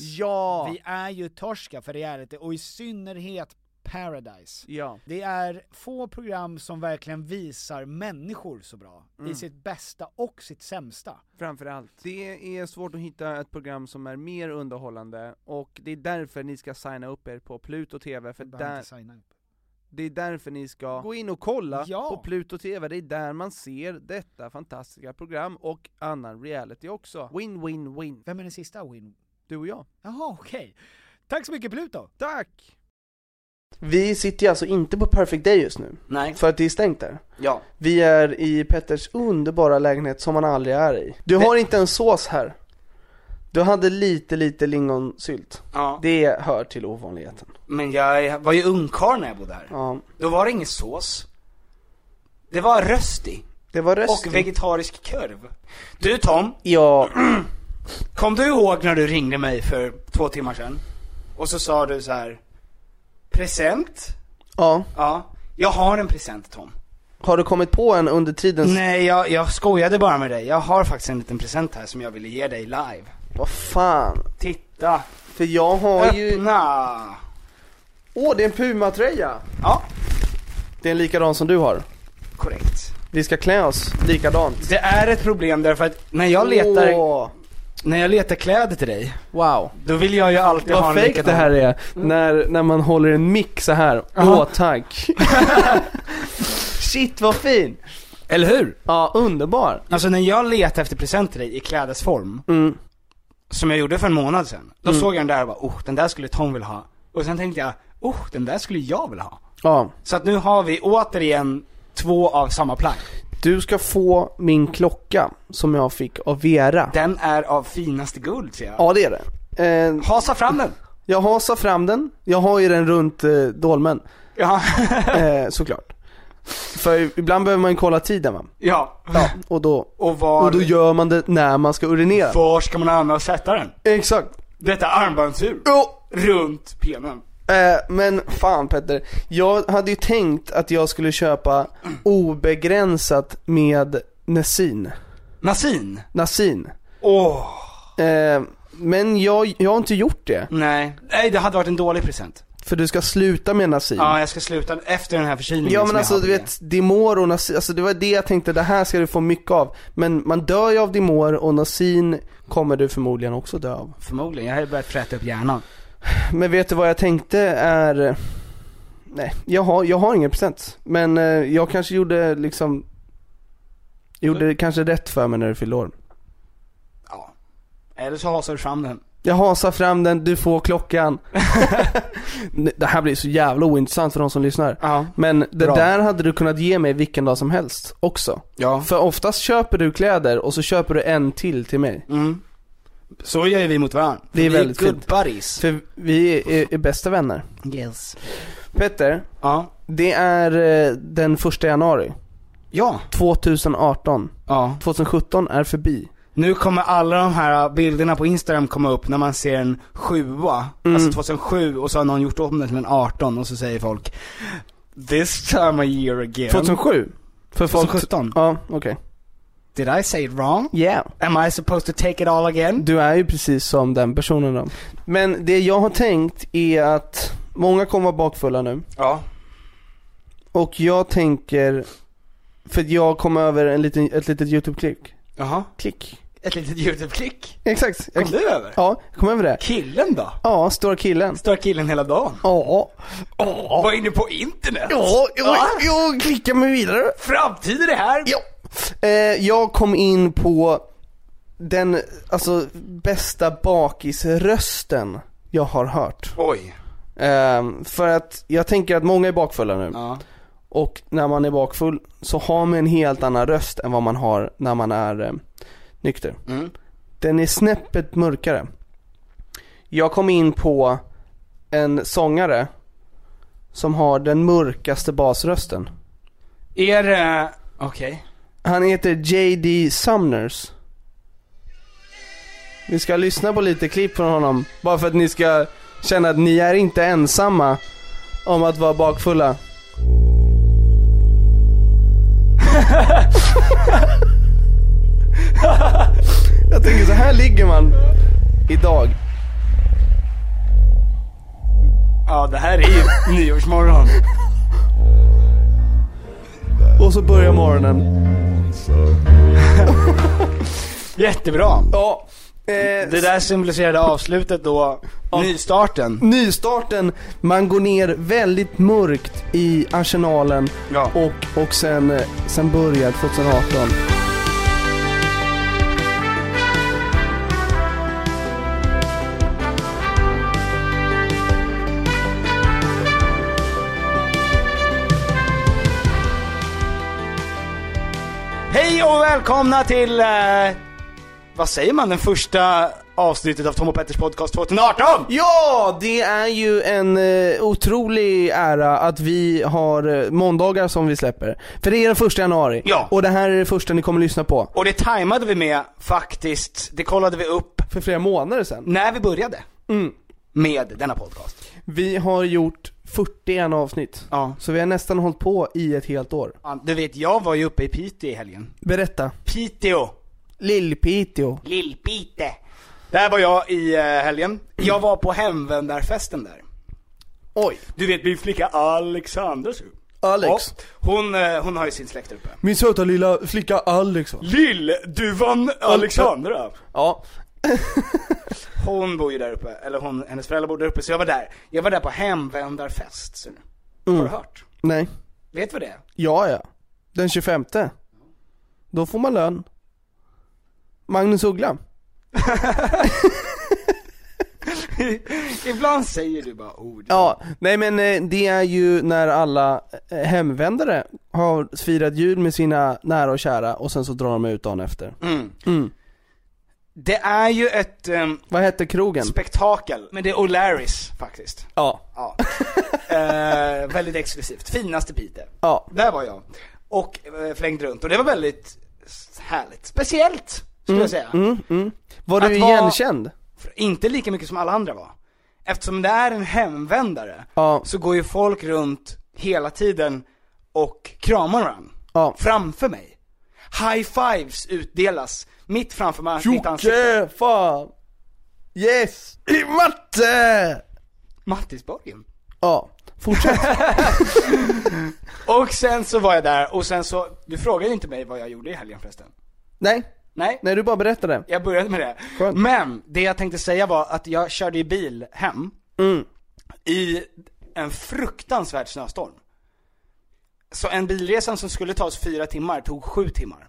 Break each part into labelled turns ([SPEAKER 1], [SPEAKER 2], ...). [SPEAKER 1] Ja!
[SPEAKER 2] vi är ju torska för reality, och i synnerhet Paradise.
[SPEAKER 1] Ja.
[SPEAKER 2] Det är få program som verkligen visar människor så bra,
[SPEAKER 1] Mm.
[SPEAKER 2] i sitt bästa och sitt sämsta.
[SPEAKER 1] Framförallt. Det är svårt att hitta ett program som är mer underhållande, och det är därför ni ska signa upp er på Pluto TV, för
[SPEAKER 2] Jag behöver
[SPEAKER 1] där,
[SPEAKER 2] inte signa upp.
[SPEAKER 1] det är därför ni ska gå in och kolla
[SPEAKER 2] Ja.
[SPEAKER 1] på Pluto TV, det är där man ser detta fantastiska program, och annan reality också. Win, win, win.
[SPEAKER 2] Vem är den sista win?
[SPEAKER 1] Du och jag.
[SPEAKER 2] Jaha, okej. Tack så mycket Pluto!
[SPEAKER 1] Tack!
[SPEAKER 3] Vi sitter ju alltså inte på Perfect Day just nu,
[SPEAKER 4] Nej.
[SPEAKER 3] för att det är stängt där.
[SPEAKER 4] Ja.
[SPEAKER 3] Vi är i Petters underbara lägenhet som han aldrig är i. Du har inte en sås här. Du hade lite, lite lingonsylt.
[SPEAKER 4] ja.
[SPEAKER 3] Det hör till ovanligheten.
[SPEAKER 4] Men jag var ju ungkarl när jag bodde här.
[SPEAKER 3] Ja.
[SPEAKER 4] Då var det ingen sås. Det var röst i.
[SPEAKER 3] Det var röst.
[SPEAKER 4] Och vegetarisk korv. Du Tom,
[SPEAKER 3] Ja,
[SPEAKER 4] kom du ihåg när du ringde mig för två timmar sedan? Och så sa du så här. Present?
[SPEAKER 3] ja.
[SPEAKER 4] Ja. Jag har en present Tom.
[SPEAKER 3] Har du kommit på en under tiden?
[SPEAKER 4] Nej, jag, jag skojade bara med dig. Jag har faktiskt en liten present här som jag ville ge dig live.
[SPEAKER 3] Vad fan.
[SPEAKER 4] Titta.
[SPEAKER 3] För jag har ju...
[SPEAKER 4] Öppna.
[SPEAKER 3] Åh, det är en Puma-tröja!
[SPEAKER 4] Ja,
[SPEAKER 3] Det är en likadan som du har.
[SPEAKER 4] korrekt.
[SPEAKER 3] Vi ska klä oss likadant.
[SPEAKER 4] Det är ett problem därför att när jag letar,
[SPEAKER 3] Åh,
[SPEAKER 4] när jag letar kläder till dig,
[SPEAKER 3] wow.
[SPEAKER 4] då vill jag ju alltid ha
[SPEAKER 3] Vad
[SPEAKER 4] en
[SPEAKER 3] fejk
[SPEAKER 4] likadan. Mm.
[SPEAKER 3] det här är, när, när man håller en mick så här.
[SPEAKER 4] Aha.
[SPEAKER 3] Åh tack. Shit vad fin.
[SPEAKER 4] Eller hur?
[SPEAKER 3] Ja, underbar.
[SPEAKER 4] Alltså när jag letar efter present till dig i klädesform,
[SPEAKER 3] Mm.
[SPEAKER 4] som jag gjorde för en månad sedan, då såg jag den där och bara oh, den där skulle Tom vilja ha. Och sen tänkte jag, oh, den där skulle jag vilja ha.
[SPEAKER 3] Ja.
[SPEAKER 4] Så att nu har vi återigen två av samma plagg.
[SPEAKER 3] Du ska få min klocka som jag fick av Vera.
[SPEAKER 4] Den är av finaste guld ser jag.
[SPEAKER 3] Ja det är det. Eh,
[SPEAKER 4] Hasa fram den!
[SPEAKER 3] jag hasar fram den, jag har ju den runt eh, dolmen.
[SPEAKER 4] Ja,
[SPEAKER 3] Eh, såklart. För ibland behöver man ju kolla tiden va?
[SPEAKER 4] ja.
[SPEAKER 3] Ja, och då,
[SPEAKER 4] Och var,
[SPEAKER 3] och då gör man det när man ska urinera.
[SPEAKER 4] var ska man annars sätta den?
[SPEAKER 3] Exakt.
[SPEAKER 4] Detta armbandsur.
[SPEAKER 3] Ja.
[SPEAKER 4] Runt penen.
[SPEAKER 3] Eh, men fan Petter, jag hade ju tänkt att jag skulle köpa obegränsat med Nessin.
[SPEAKER 4] Nasin.
[SPEAKER 3] Nassin.
[SPEAKER 4] Åh.
[SPEAKER 3] Eh, men jag, jag har inte gjort det.
[SPEAKER 4] Nej. Nej, det hade varit en dålig present.
[SPEAKER 3] För du ska sluta med Nassin.
[SPEAKER 4] Ja, jag ska sluta efter den här förkylningen
[SPEAKER 3] Ja
[SPEAKER 4] som
[SPEAKER 3] men
[SPEAKER 4] jag
[SPEAKER 3] alltså
[SPEAKER 4] hade.
[SPEAKER 3] du vet, Dimor och Nassin, alltså det var det jag tänkte, det här ska du få mycket av. Men man dör ju av Dimor och Nassin kommer du förmodligen också dö av.
[SPEAKER 4] Förmodligen, jag hade börjat fräta upp hjärnan.
[SPEAKER 3] Men vet du vad jag tänkte är, nej, jag har, jag har ingen present. Men eh, jag kanske gjorde liksom, gjorde kanske rätt för mig när du fyllde år.
[SPEAKER 4] Ja. Eller så hasar du fram den.
[SPEAKER 3] Jag hasar fram den, du får klockan. det här blir så jävla ointressant för de som lyssnar.
[SPEAKER 4] Ja.
[SPEAKER 3] Men det
[SPEAKER 4] Bra.
[SPEAKER 3] där hade du kunnat ge mig vilken dag som helst också.
[SPEAKER 4] Ja.
[SPEAKER 3] För oftast köper du kläder och så köper du en till till mig.
[SPEAKER 4] Mm. Så gör ju vi mot varandra.
[SPEAKER 3] Det är
[SPEAKER 4] vi
[SPEAKER 3] väldigt
[SPEAKER 4] good
[SPEAKER 3] fint.
[SPEAKER 4] buddies.
[SPEAKER 3] För vi är, är bästa vänner.
[SPEAKER 4] Yes.
[SPEAKER 3] Petter,
[SPEAKER 4] Ja.
[SPEAKER 3] det är eh, den första januari.
[SPEAKER 4] Ja.
[SPEAKER 3] 2018.
[SPEAKER 4] Ja.
[SPEAKER 3] 2017 är förbi.
[SPEAKER 4] Nu kommer alla de här bilderna på Instagram komma upp när man ser en sjua,
[SPEAKER 3] Mm.
[SPEAKER 4] alltså 2007 och så har någon gjort om den till en 18 och så säger folk This time a year again.
[SPEAKER 3] 2007? För folk...
[SPEAKER 4] 2017?
[SPEAKER 3] Ja, okej.
[SPEAKER 4] Did I say it wrong?
[SPEAKER 3] Yeah.
[SPEAKER 4] Am I supposed to take it all again?
[SPEAKER 3] Du är ju precis som den personen då. Men det jag har tänkt är att många kommer vara bakfulla nu.
[SPEAKER 4] Ja.
[SPEAKER 3] Och jag tänker, för att jag kom över en liten, ett litet YouTube-klick.
[SPEAKER 4] Jaha.
[SPEAKER 3] Klick.
[SPEAKER 4] Ett litet YouTube-klick.
[SPEAKER 3] Exakt. Jag,
[SPEAKER 4] Kom du över?
[SPEAKER 3] ja, jag kom över det.
[SPEAKER 4] Killen då?
[SPEAKER 3] Ja, stora killen.
[SPEAKER 4] Står killen hela dagen?
[SPEAKER 3] Ja. Ja.
[SPEAKER 4] Var inne på internet?
[SPEAKER 3] Ja, jag, jag klickar mig vidare.
[SPEAKER 4] Framtiden är här!
[SPEAKER 3] Ja. Eh, jag kom in på den, alltså bästa bakisrösten jag har hört.
[SPEAKER 4] Oj.
[SPEAKER 3] Ehm, för att jag tänker att många är bakfulla nu.
[SPEAKER 4] Ja.
[SPEAKER 3] Och när man är bakfull så har man en helt annan röst än vad man har när man är eh, nykter.
[SPEAKER 4] Mm.
[SPEAKER 3] Den är snäppet mörkare. Jag kom in på en sångare som har den mörkaste basrösten.
[SPEAKER 4] Är det... eh, Okej.
[SPEAKER 3] Han heter JD Sumners. Vi ska lyssna på lite klipp från honom, bara för att ni ska känna att ni är inte ensamma om att vara bakfulla. Jag tänker så här ligger man idag.
[SPEAKER 4] Ja, det här är ju nyårsmorgon.
[SPEAKER 3] Och så börjar morgonen.
[SPEAKER 4] Jättebra.
[SPEAKER 3] Ja, eh,
[SPEAKER 4] Det där symboliserade avslutet då, nystarten.
[SPEAKER 3] nystarten, man går ner väldigt mörkt i arsenalen
[SPEAKER 4] Ja.
[SPEAKER 3] och, och sen, eh, sen börjar 2018.
[SPEAKER 4] Hej och välkomna till, eh, vad säger man, den första avsnittet av Tom och Petters podcast 2018!
[SPEAKER 3] Ja, det är ju en eh, otrolig ära att vi har eh, måndagar som vi släpper. För det är den första januari
[SPEAKER 4] Ja.
[SPEAKER 3] och det här är det första ni kommer lyssna på.
[SPEAKER 4] Och det tajmade vi med faktiskt, det kollade vi upp
[SPEAKER 3] För flera månader sedan.
[SPEAKER 4] när vi började
[SPEAKER 3] Mm.
[SPEAKER 4] med denna podcast.
[SPEAKER 3] Vi har gjort 41 avsnitt.
[SPEAKER 4] Ja.
[SPEAKER 3] Så vi har nästan hållit på i ett helt år.
[SPEAKER 4] Du vet, jag var ju uppe i Piteå i helgen.
[SPEAKER 3] Berätta.
[SPEAKER 4] Piteå!
[SPEAKER 3] Lill-Piteå.
[SPEAKER 4] Lillpite. Där var jag i eh, helgen. Jag var på hemvändarfesten där.
[SPEAKER 3] Oj.
[SPEAKER 4] Du vet min flicka Alexandersson.
[SPEAKER 3] Alex.
[SPEAKER 4] Ja, hon, eh, hon har ju sin släkt där uppe.
[SPEAKER 3] Min söta lilla flicka Alex va?
[SPEAKER 4] Lill-duvan Alexandra.
[SPEAKER 3] Ja.
[SPEAKER 4] Hon bor ju där uppe, eller hon, hennes föräldrar bor där uppe, så jag var där. Jag var där på hemvändarfest, ser du.
[SPEAKER 3] Mm.
[SPEAKER 4] Har du hört?
[SPEAKER 3] Nej.
[SPEAKER 4] Vet vi det?
[SPEAKER 3] Ja, ja. Den 25. Då får man lön. Magnus Uggla.
[SPEAKER 4] Ibland säger du bara ord.
[SPEAKER 3] Ja, nej men eh, det är ju när alla eh, hemvändare har firat jul med sina nära och kära och sen så drar de ut dagen efter.
[SPEAKER 4] Mm.
[SPEAKER 3] Mm.
[SPEAKER 4] Det är ju ett ehm,
[SPEAKER 3] Vad hette krogen?
[SPEAKER 4] spektakel, men det är O'Larrys faktiskt.
[SPEAKER 3] ja.
[SPEAKER 4] Ja. eh, väldigt exklusivt. Finaste Piteå.
[SPEAKER 3] Ja.
[SPEAKER 4] Där var jag. Och eh, flängde runt. Och det var väldigt s- härligt. Speciellt, skulle jag säga.
[SPEAKER 3] Mm, mm. Var
[SPEAKER 4] Att
[SPEAKER 3] du
[SPEAKER 4] vara-
[SPEAKER 3] igenkänd?
[SPEAKER 4] För Inte lika mycket som alla andra var. Eftersom det är en hemvändare,
[SPEAKER 3] Ja.
[SPEAKER 4] så går ju folk runt hela tiden och kramar varandra.
[SPEAKER 3] Ja.
[SPEAKER 4] Framför mig. High fives utdelas mitt framför mig, mitt ansikte.
[SPEAKER 3] Jocke, fan! Yes! I matte!
[SPEAKER 4] Mattisborgen.
[SPEAKER 3] Ja, fortsätt.
[SPEAKER 4] Och sen så var jag där och sen så, du frågade ju inte mig vad jag gjorde i helgen förresten.
[SPEAKER 3] nej,
[SPEAKER 4] Nej,
[SPEAKER 3] nej du bara berättade.
[SPEAKER 4] jag började med det.
[SPEAKER 3] Skönt.
[SPEAKER 4] Men det jag tänkte säga var att jag körde i bil hem i en fruktansvärd snöstorm. Så en bilresa som skulle ta oss fyra timmar tog sju timmar.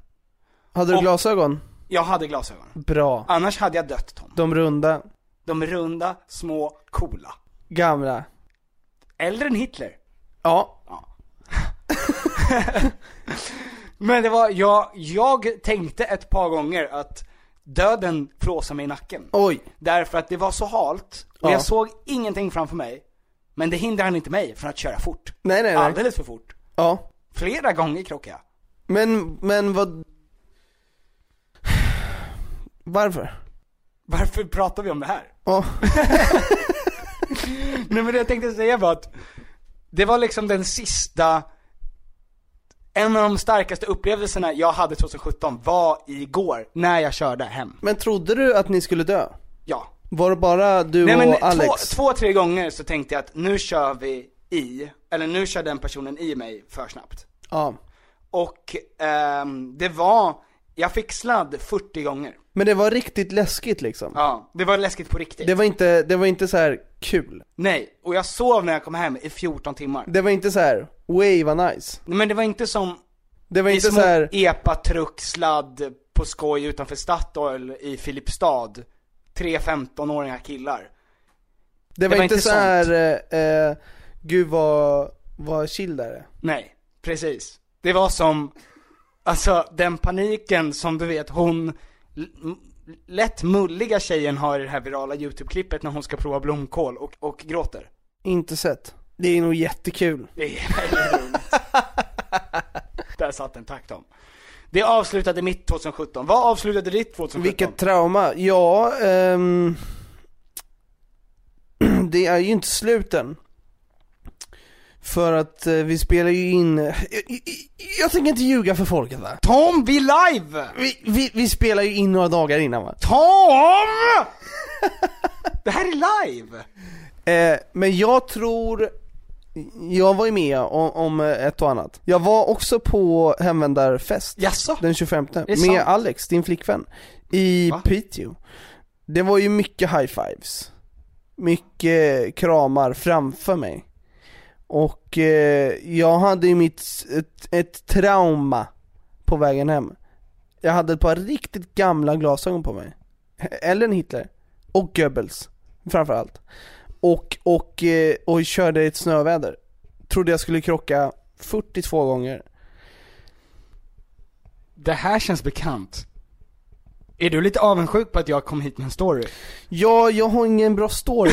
[SPEAKER 3] Hade du
[SPEAKER 4] Och-
[SPEAKER 3] glasögon?
[SPEAKER 4] Jag hade glasögon.
[SPEAKER 3] Bra.
[SPEAKER 4] Annars hade jag dött Tom.
[SPEAKER 3] De runda.
[SPEAKER 4] De är runda, små, coola.
[SPEAKER 3] Gamla.
[SPEAKER 4] Äldre än Hitler.
[SPEAKER 3] Ja.
[SPEAKER 4] Men det var, jag, jag tänkte ett par gånger att döden flåsade mig i nacken.
[SPEAKER 3] Oj.
[SPEAKER 4] Därför att det var så halt, och
[SPEAKER 3] Ja.
[SPEAKER 4] jag såg ingenting framför mig. Men det hindrade inte mig från att köra fort.
[SPEAKER 3] Nej, nej, nej.
[SPEAKER 4] Alldeles för fort.
[SPEAKER 3] Ja.
[SPEAKER 4] Flera gånger krockade jag.
[SPEAKER 3] Men, men vad... Varför?
[SPEAKER 4] Varför pratar vi om det här?
[SPEAKER 3] Ja.
[SPEAKER 4] Nej men det jag tänkte säga var att det var liksom den sista, en av de starkaste upplevelserna jag hade 2017 var igår, när jag körde hem.
[SPEAKER 3] Men trodde du att ni skulle dö?
[SPEAKER 4] Ja.
[SPEAKER 3] Var det bara du
[SPEAKER 4] Nej men
[SPEAKER 3] och Alex?
[SPEAKER 4] två, två, tre gånger så tänkte jag att nu kör vi i, eller nu kör den personen i mig för snabbt.
[SPEAKER 3] Ja.
[SPEAKER 4] Och ehm, det var, jag fick sladd 40 gånger.
[SPEAKER 3] Men det var riktigt läskigt liksom.
[SPEAKER 4] Ja, det var läskigt på riktigt.
[SPEAKER 3] Det var inte, det var inte så här kul.
[SPEAKER 4] Nej, och jag sov när jag kom hem i 14 timmar.
[SPEAKER 3] Det var inte så här, way vad nice.
[SPEAKER 4] Men det var inte som
[SPEAKER 3] Det var
[SPEAKER 4] I
[SPEAKER 3] inte
[SPEAKER 4] små
[SPEAKER 3] så här,
[SPEAKER 4] epa, truck, sladd på skoj utanför Statoil i Filipstad. Tre 15-åriga killar.
[SPEAKER 3] det var,
[SPEAKER 4] var
[SPEAKER 3] inte
[SPEAKER 4] inte
[SPEAKER 3] så här, eh, eh, gud vad, vad chill där är.
[SPEAKER 4] Nej, precis. Det var som, alltså den paniken som du vet hon l- m- lätt mulliga tjejen har i det här virala YouTube-klippet när hon ska prova blomkål och, och gråter.
[SPEAKER 3] Inte sett. Det är nog jättekul.
[SPEAKER 4] Det är väldigt roligt. Där satt en, tack Tom. Det avslutade mitt 2017. Vad avslutade ditt 2017?
[SPEAKER 3] Vilket trauma. Ja, ehm, det är ju inte sluten. För att eh, vi spelar ju in, jag, jag tänker inte ljuga för folket va?
[SPEAKER 4] Tom, vi live!
[SPEAKER 3] Vi, vi, vi spelar ju in några dagar innan va?
[SPEAKER 4] Tom! Det här är live!
[SPEAKER 3] Eh, men jag tror, jag var ju med om, om ett och annat. Jag var också på hemvändarfest
[SPEAKER 4] Jaså?
[SPEAKER 3] den 25
[SPEAKER 4] det
[SPEAKER 3] med
[SPEAKER 4] sant?
[SPEAKER 3] Alex, din flickvän, i
[SPEAKER 4] Va?
[SPEAKER 3] Piteå. Det var ju mycket high fives, mycket kramar framför mig. Och eh, jag hade ju mitt, ett, ett trauma på vägen hem. Jag hade ett par riktigt gamla glasögon på mig. Eller en Hitler. Och Goebbels, framförallt. Och, och, eh, och körde i ett snöväder. Trodde jag skulle krocka 42 gånger.
[SPEAKER 4] Det här känns bekant. Är du lite avundsjuk på att jag kom hit med en story?
[SPEAKER 3] Ja, jag har ingen bra story.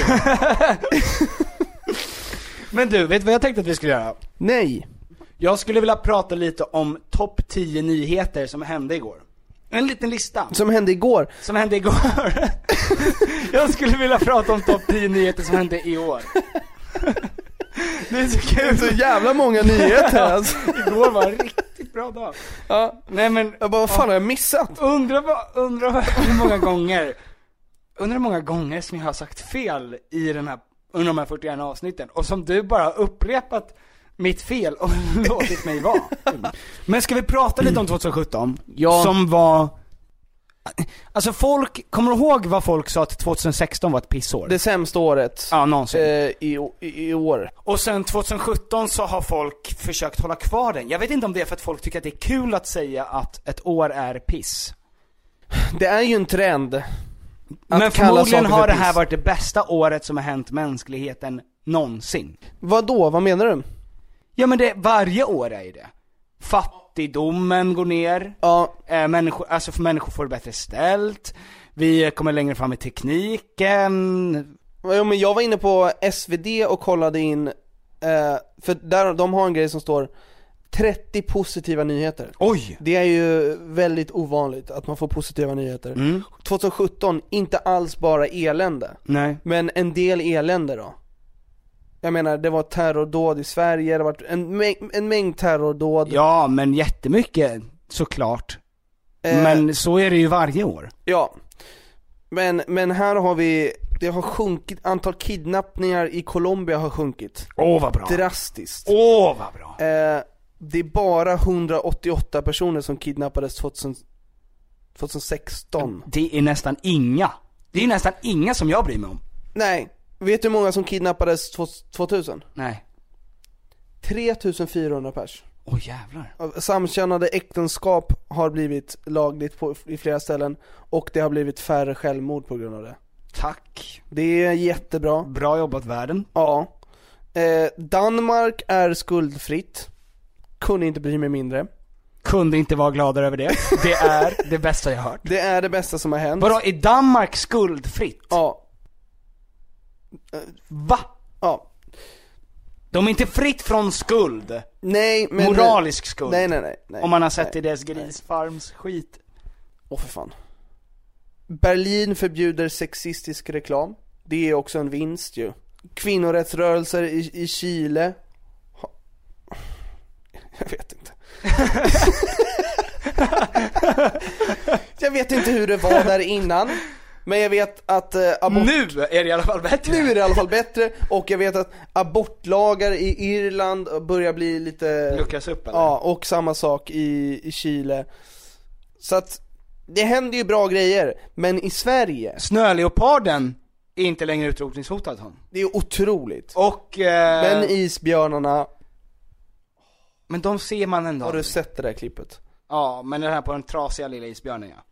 [SPEAKER 4] Men du, vet du vad jag tänkte att vi skulle göra?
[SPEAKER 3] Nej.
[SPEAKER 4] Jag skulle vilja prata lite om topp 10 nyheter som hände igår. En liten lista,
[SPEAKER 3] Som hände igår.
[SPEAKER 4] som hände igår. jag skulle vilja prata om topp 10 nyheter som hände i år. Det är så kul,
[SPEAKER 3] Så jävla många nyheter alltså.
[SPEAKER 4] igår var en riktigt bra dag.
[SPEAKER 3] Ja.
[SPEAKER 4] Nej men,
[SPEAKER 3] Jag bara, vad fan har jag missat?
[SPEAKER 4] Undrar vad- undrar vad- hur många gånger, undrar hur många gånger som jag har sagt fel i den här, under de här 41 avsnitten och som du bara har upprepat mitt fel och låtit mig vara. Men ska vi prata lite om 2017?
[SPEAKER 3] Ja.
[SPEAKER 4] Som var, alltså folk, kommer du ihåg vad folk sa att 2016 var ett pissår?
[SPEAKER 3] Det sämsta året.
[SPEAKER 4] Ja, någonsin.
[SPEAKER 3] eh, i, o- i, I år.
[SPEAKER 4] Och sen 2017 så har folk försökt hålla kvar den. Jag vet inte om det är för att folk tycker att det är kul att säga att ett år är piss.
[SPEAKER 3] Det är ju en trend. Att
[SPEAKER 4] Men
[SPEAKER 3] kalla
[SPEAKER 4] förmodligen
[SPEAKER 3] saker för
[SPEAKER 4] har det
[SPEAKER 3] piss.
[SPEAKER 4] här varit det bästa året som har hänt mänskligheten någonsin.
[SPEAKER 3] Vad då? Vad menar du?
[SPEAKER 4] Ja men det, varje år är ju det. Fattigdomen går ner,
[SPEAKER 3] Ja,
[SPEAKER 4] eh, människor, alltså för människor får det bättre ställt, vi kommer längre fram i tekniken,
[SPEAKER 3] Jo men jag var inne på SvD och kollade in, eh, för där, de har en grej som står 30 positiva nyheter.
[SPEAKER 4] oj!
[SPEAKER 3] Det är ju väldigt ovanligt att man får positiva nyheter.
[SPEAKER 4] Mm.
[SPEAKER 3] 2017, inte alls bara elände.
[SPEAKER 4] Nej.
[SPEAKER 3] Men en del elände då. Jag menar, det var terrordåd i Sverige, det var en, mäng- en mängd terrordåd.
[SPEAKER 4] Ja men jättemycket, såklart.
[SPEAKER 3] Eh,
[SPEAKER 4] Men så är det ju varje år.
[SPEAKER 3] Ja. Men, men här har vi, det har sjunkit, antal kidnappningar i Colombia har sjunkit.
[SPEAKER 4] Åh vad bra!
[SPEAKER 3] Drastiskt.
[SPEAKER 4] Åh vad bra!
[SPEAKER 3] Eh, det är bara 188 personer som kidnappades 2000, 2016.
[SPEAKER 4] Det är nästan inga. Det är nästan inga som jag bryr mig om.
[SPEAKER 3] Nej, vet du hur många som kidnappades 2000?
[SPEAKER 4] Nej.
[SPEAKER 3] 3400 pers.
[SPEAKER 4] Åh jävlar.
[SPEAKER 3] Samkönade äktenskap har blivit lagligt på, i flera ställen och det har blivit färre självmord på grund av det.
[SPEAKER 4] Tack.
[SPEAKER 3] Det är jättebra.
[SPEAKER 4] Bra jobbat världen.
[SPEAKER 3] Ja. Eh, Danmark är skuldfritt. Kunde inte bry mig mindre.
[SPEAKER 4] Kunde inte vara gladare över det. Det är det bästa jag hört.
[SPEAKER 3] Det är det bästa som har hänt.
[SPEAKER 4] Vadå, är Danmark skuldfritt?
[SPEAKER 3] Ja.
[SPEAKER 4] Va?
[SPEAKER 3] Ja.
[SPEAKER 4] De är inte fritt från skuld.
[SPEAKER 3] Nej men...
[SPEAKER 4] Moralisk skuld.
[SPEAKER 3] Nej nej nej. nej
[SPEAKER 4] Om man har sett
[SPEAKER 3] nej.
[SPEAKER 4] i deras grisfarms skit.
[SPEAKER 3] Åh för fan. Berlin förbjuder sexistisk reklam. Det är också en vinst ju. Kvinnorättsrörelser i, i Chile. Ha- Jag vet inte. jag vet inte hur det var där innan. Men jag vet att eh, abort...
[SPEAKER 4] Nu är det i alla fall bättre.
[SPEAKER 3] Nu är det i alla fall bättre och jag vet att abortlagar i Irland börjar bli lite...
[SPEAKER 4] Luckas upp eller?
[SPEAKER 3] Ja, och samma sak i, i Chile. Så att det händer ju bra grejer, men i Sverige,
[SPEAKER 4] Snöleoparden är inte längre utrotningshotad hon.
[SPEAKER 3] det är otroligt.
[SPEAKER 4] Och... Eh,
[SPEAKER 3] Men
[SPEAKER 4] men,
[SPEAKER 3] isbjörnarna,
[SPEAKER 4] de ser man ändå.
[SPEAKER 3] har du sett det där klippet?
[SPEAKER 4] Ja, men den här på den trasiga lilla isbjörnen ja.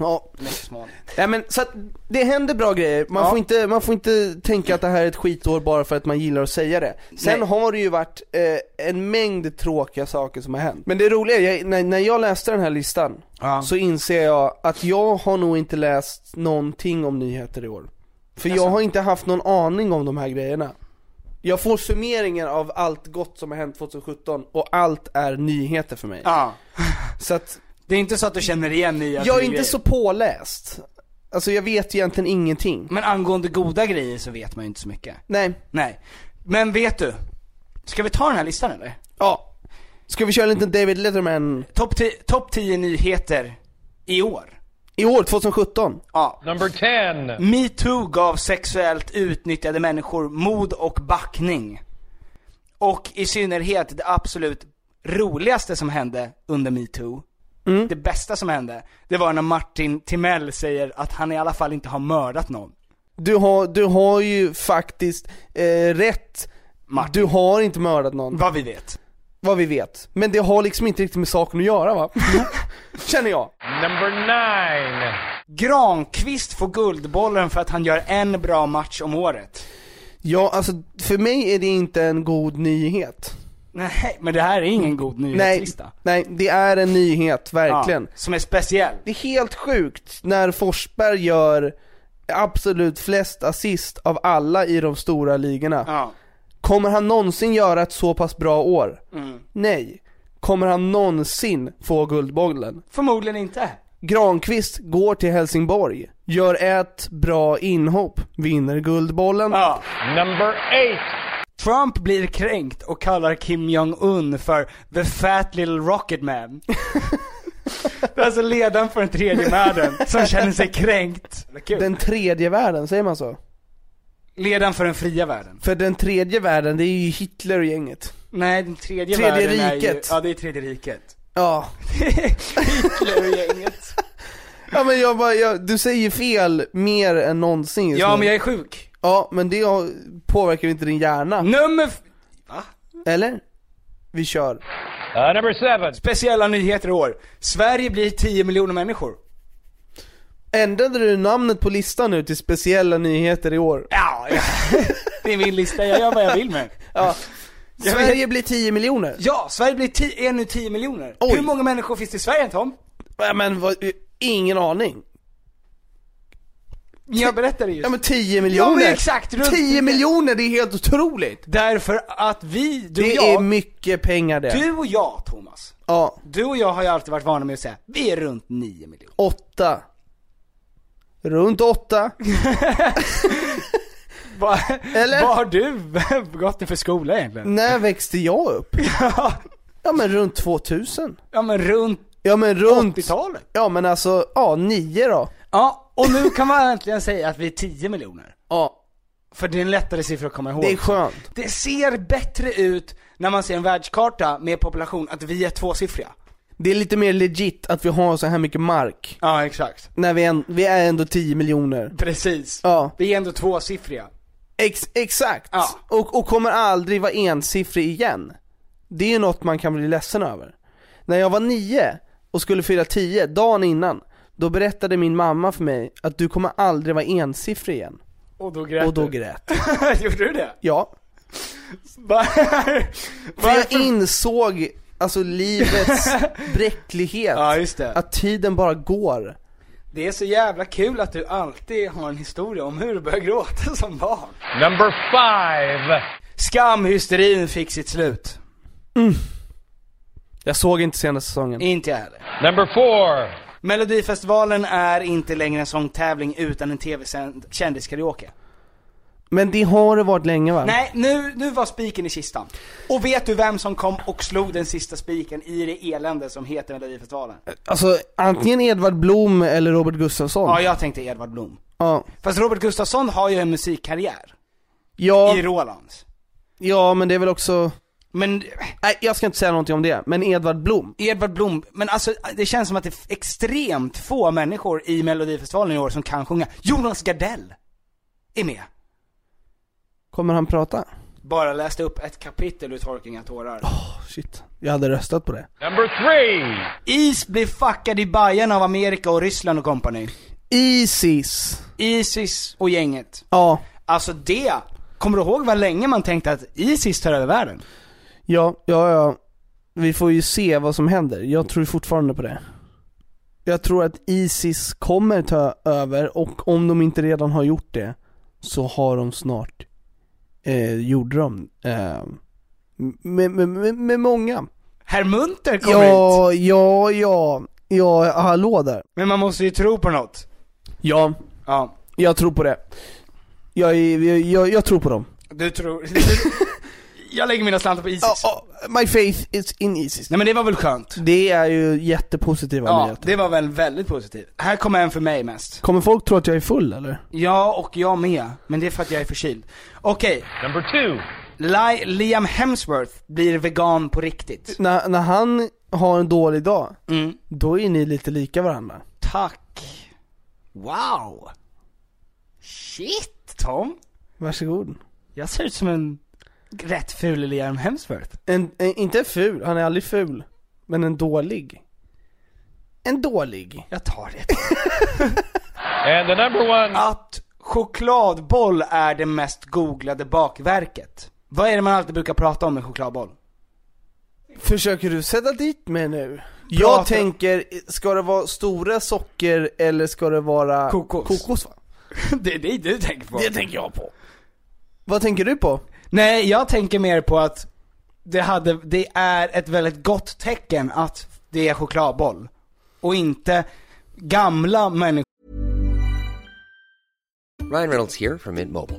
[SPEAKER 3] Ja,
[SPEAKER 4] Den är så smal.
[SPEAKER 3] Nej, men så att det händer bra grejer, man,
[SPEAKER 4] Ja.
[SPEAKER 3] får inte, man får inte tänka att det här är ett skitår bara för att man gillar att säga det. Sen
[SPEAKER 4] Nej.
[SPEAKER 3] har det ju varit eh, en mängd tråkiga saker som har hänt. Men det roliga, är, jag, när, när jag läste den här listan,
[SPEAKER 4] Ja.
[SPEAKER 3] så inser jag att jag har nog inte läst någonting om nyheter i år. För jag har inte haft någon aning om de här grejerna. Jag får summeringen av allt gott som har hänt 2017 och allt är nyheter för mig.
[SPEAKER 4] Ja.
[SPEAKER 3] Så att
[SPEAKER 4] Det är inte så att du känner igen nya
[SPEAKER 3] jag är alltså
[SPEAKER 4] grejer.
[SPEAKER 3] inte så påläst. Alltså jag vet egentligen ingenting.
[SPEAKER 4] Men angående goda grejer så vet man ju inte så mycket.
[SPEAKER 3] Nej.
[SPEAKER 4] Nej. Men vet du? Ska vi ta den här listan eller?
[SPEAKER 3] Ja. Ska vi köra en liten David Letterman
[SPEAKER 4] Topp 10, top 10 nyheter i år.
[SPEAKER 3] i år, 2017?
[SPEAKER 4] Ja.
[SPEAKER 5] Number 10.
[SPEAKER 4] Metoo gav sexuellt utnyttjade människor mod och backning. Och i synnerhet det absolut roligaste som hände under metoo, det bästa som hände, det var när Martin Timell säger att han i alla fall inte har mördat någon.
[SPEAKER 3] Du har, du har ju faktiskt eh, rätt.
[SPEAKER 4] Martin.
[SPEAKER 3] Du har inte mördat någon,
[SPEAKER 4] Vad vi vet.
[SPEAKER 3] vad vi vet. Men det har liksom inte riktigt med saken att göra va? Känner jag.
[SPEAKER 5] Number 9.
[SPEAKER 4] Granqvist får Guldbollen för att han gör en bra match om året.
[SPEAKER 3] Ja, alltså för mig är det inte en god nyhet.
[SPEAKER 4] Nej, men det här är ingen god
[SPEAKER 3] Nej,
[SPEAKER 4] nyhetslista.
[SPEAKER 3] nej, det är en nyhet, verkligen.
[SPEAKER 4] Ja, som är speciell.
[SPEAKER 3] Det är helt sjukt när Forsberg gör absolut flest assist av alla i de stora ligorna.
[SPEAKER 4] Ja.
[SPEAKER 3] Kommer han någonsin göra ett så pass bra år?
[SPEAKER 4] mm.
[SPEAKER 3] Nej. Kommer han någonsin få Guldbollen?
[SPEAKER 4] Förmodligen inte.
[SPEAKER 3] Granqvist går till Helsingborg, gör ett bra inhopp, vinner Guldbollen.
[SPEAKER 4] Ja.
[SPEAKER 5] Number 8.
[SPEAKER 4] Trump blir kränkt och kallar Kim Jong-Un för the fat little rocket man. det är alltså ledaren för den tredje världen som känner sig kränkt. Den...
[SPEAKER 3] Den tredje världen, säger man så?
[SPEAKER 4] Ledaren för den fria världen.
[SPEAKER 3] För den tredje världen, det är ju Hitler och gänget.
[SPEAKER 4] Nej, den tredje,
[SPEAKER 3] Tredje
[SPEAKER 4] världen är ju...
[SPEAKER 3] riket.
[SPEAKER 4] Ja, det är tredje riket.
[SPEAKER 3] Ja.
[SPEAKER 4] Hitlergänget.
[SPEAKER 3] Ja men jag bara, jag, du säger fel mer än någonsin just
[SPEAKER 4] ja,
[SPEAKER 3] nu.
[SPEAKER 4] men jag är sjuk.
[SPEAKER 3] Ja, men det har- påverkar ju inte din hjärna.
[SPEAKER 4] Nummer... F- Va?
[SPEAKER 3] Eller? Vi kör.
[SPEAKER 5] Uh, number 7.
[SPEAKER 4] Speciella nyheter i år. Sverige blir 10 miljoner människor.
[SPEAKER 3] Ändrade du namnet på listan nu till speciella nyheter i år?
[SPEAKER 4] Ja, ja. det är min lista, jag gör vad jag vill med.
[SPEAKER 3] Ja.
[SPEAKER 4] Jag vet-
[SPEAKER 3] Sverige blir 10 miljoner.
[SPEAKER 4] Ja, Sverige blir ti- är nu 10 miljoner.
[SPEAKER 3] Oj.
[SPEAKER 4] Hur många människor finns det i Sverige Tom?
[SPEAKER 3] Ja, men vad, ingen aning.
[SPEAKER 4] Jag berättade just.
[SPEAKER 3] Ja men 10 miljoner.
[SPEAKER 4] Ja, men exakt, runt
[SPEAKER 3] 10
[SPEAKER 4] tio.
[SPEAKER 3] miljoner, det är helt otroligt.
[SPEAKER 4] Därför att vi, du
[SPEAKER 3] det
[SPEAKER 4] och jag,
[SPEAKER 3] är mycket pengar det.
[SPEAKER 4] du och jag Thomas,
[SPEAKER 3] Ja,
[SPEAKER 4] du och jag har ju alltid varit vana med att säga, vi är runt 9 miljoner.
[SPEAKER 3] 8. Runt 8.
[SPEAKER 4] Va,
[SPEAKER 3] Eller?
[SPEAKER 4] Vad har du gått i för skola egentligen?
[SPEAKER 3] När växte jag upp? Ja men runt 2000.
[SPEAKER 4] ja men runt
[SPEAKER 3] Ja men runt...
[SPEAKER 4] 80-talet.
[SPEAKER 3] Ja men alltså, ja 9 då.
[SPEAKER 4] Ja, och nu kan man äntligen säga att vi är 10 miljoner.
[SPEAKER 3] Ja,
[SPEAKER 4] För det är en lättare siffra att komma ihåg.
[SPEAKER 3] det är skönt.
[SPEAKER 4] Det ser bättre ut när man ser en världskarta med population att vi är tvåsiffriga.
[SPEAKER 3] Det är lite mer legit att vi har så här mycket mark.
[SPEAKER 4] Ja, exakt.
[SPEAKER 3] När vi, en, vi är ändå 10 miljoner.
[SPEAKER 4] Precis.
[SPEAKER 3] Ja.
[SPEAKER 4] Vi är ändå tvåsiffriga.
[SPEAKER 3] Ex, exakt!
[SPEAKER 4] Ja.
[SPEAKER 3] Och, och kommer aldrig vara ensiffrig igen. Det är ju något man kan bli ledsen över. När jag var nio och skulle fylla tio, dagen innan, Då berättade min mamma för mig att du kommer aldrig vara ensiffrig igen.
[SPEAKER 4] Och då grät
[SPEAKER 3] Och då
[SPEAKER 4] du.
[SPEAKER 3] grät
[SPEAKER 4] Gjorde du det?
[SPEAKER 3] Ja.
[SPEAKER 4] Var,
[SPEAKER 3] För jag
[SPEAKER 4] varför?
[SPEAKER 3] insåg, alltså livets bräcklighet.
[SPEAKER 4] Ja, just det.
[SPEAKER 3] Att tiden bara går.
[SPEAKER 4] Det är så jävla kul att du alltid har en historia om hur du började gråta som barn.
[SPEAKER 5] Number five.
[SPEAKER 4] Skamhysterin fick sitt slut.
[SPEAKER 3] Jag såg inte senaste säsongen.
[SPEAKER 4] Inte jag heller.
[SPEAKER 5] Number four.
[SPEAKER 4] Melodifestivalen är inte längre en sångtävling utan en tv-sänd kändiskaraoke.
[SPEAKER 3] Men det har det varit länge va?
[SPEAKER 4] Nej, nu, nu var spiken i kistan. Och vet du vem som kom och slog den sista spiken i det elände som heter Melodifestivalen?
[SPEAKER 3] Alltså antingen Edvard Blom eller Robert Gustafsson.
[SPEAKER 4] Ja, jag tänkte Edvard Blom.
[SPEAKER 3] ja.
[SPEAKER 4] Fast Robert Gustafsson har ju en musikkarriär. I
[SPEAKER 3] Ja,
[SPEAKER 4] Rolands.
[SPEAKER 3] ja, men det är väl också,
[SPEAKER 4] Men
[SPEAKER 3] nej jag ska inte säga någonting om det, men Edvard Blom.
[SPEAKER 4] Edvard Blom, men alltså det känns som att det är extremt få människor i Melodifestivalen i år som kan sjunga. Jonas Gardell är med.
[SPEAKER 3] Kommer han prata?
[SPEAKER 4] Bara läste upp ett kapitel ur Torkinga tårar.
[SPEAKER 3] Oh, shit, jag hade röstat på det.
[SPEAKER 5] Number three.
[SPEAKER 4] Is blir fuckad i Bajen av Amerika och Ryssland och company.
[SPEAKER 3] Isis.
[SPEAKER 4] Isis och gänget.
[SPEAKER 3] Ja,
[SPEAKER 4] Alltså det, kommer du ihåg vad länge man tänkte att Isis tar över världen?
[SPEAKER 3] ja, ja, ja. Vi får ju se vad som händer. Jag tror fortfarande på det. Jag tror att Isis kommer ta över och om de inte redan har gjort det så har de snart, eh, gjorde de, eh, med, med, med, med många.
[SPEAKER 4] Herr Munter kommer hit!
[SPEAKER 3] Ja, ja, ja, ja, hallå där.
[SPEAKER 4] Men man måste ju tro på något.
[SPEAKER 3] Ja,
[SPEAKER 4] Ja.
[SPEAKER 3] jag tror på det. Jag, är- jag, jag, jag tror på dem.
[SPEAKER 4] Du tror... jag lägger mina slantar på Isis.
[SPEAKER 3] Ja, ja, my faith is in Isis.
[SPEAKER 4] Nej men det var väl skönt?
[SPEAKER 3] Det är ju jättepositiva
[SPEAKER 4] Ja,
[SPEAKER 3] nyheter.
[SPEAKER 4] det var väl väldigt positivt. Här kommer en för mig mest.
[SPEAKER 3] Kommer folk tro att jag är full eller?
[SPEAKER 4] Ja, och jag med. Men det är för att jag är förkyld. Okej,
[SPEAKER 5] Number two.
[SPEAKER 4] Li- Liam Hemsworth blir vegan på riktigt.
[SPEAKER 3] När, när han har en dålig dag,
[SPEAKER 4] Mm.
[SPEAKER 3] då är ni lite lika varandra.
[SPEAKER 4] Tack. Wow. Shit, Tom.
[SPEAKER 3] Varsågod.
[SPEAKER 4] Jag ser ut som en rätt ful Liam Hemsworth.
[SPEAKER 3] En, en, inte ful, han är aldrig ful. Men en dålig. En dålig.
[SPEAKER 4] Jag tar det.
[SPEAKER 5] And the number one.
[SPEAKER 4] Att chokladboll är det mest googlade bakverket. Vad är det man alltid brukar prata om med chokladboll?
[SPEAKER 3] Försöker du sätta dit mig nu? Jag tänker, ska det vara stora socker eller ska det vara
[SPEAKER 4] Kokos.
[SPEAKER 3] kokos va?
[SPEAKER 4] Det är det du tänker på.
[SPEAKER 3] tänker jag på. Vad tänker du på?
[SPEAKER 4] Nej, jag tänker mer på att det, hade, det är ett väldigt gott tecken att det är chokladboll. Och inte gamla människor
[SPEAKER 6] Ryan Reynolds here from Mint Mobile.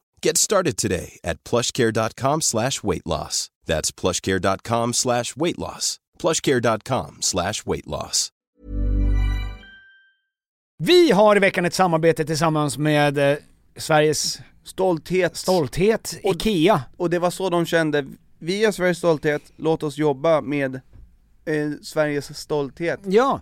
[SPEAKER 7] Get started today at plushcare.com slash weight loss. That's plushcare.com slash weight loss. plushcare.com slash weight loss.
[SPEAKER 2] Vi har i veckan ett samarbete tillsammans med eh, Sveriges
[SPEAKER 3] Stolthet.
[SPEAKER 2] stolthet, IKEA.
[SPEAKER 3] Och det var så de kände, vi är Sveriges stolthet, låt oss jobba med eh, Sveriges stolthet.
[SPEAKER 2] Ja,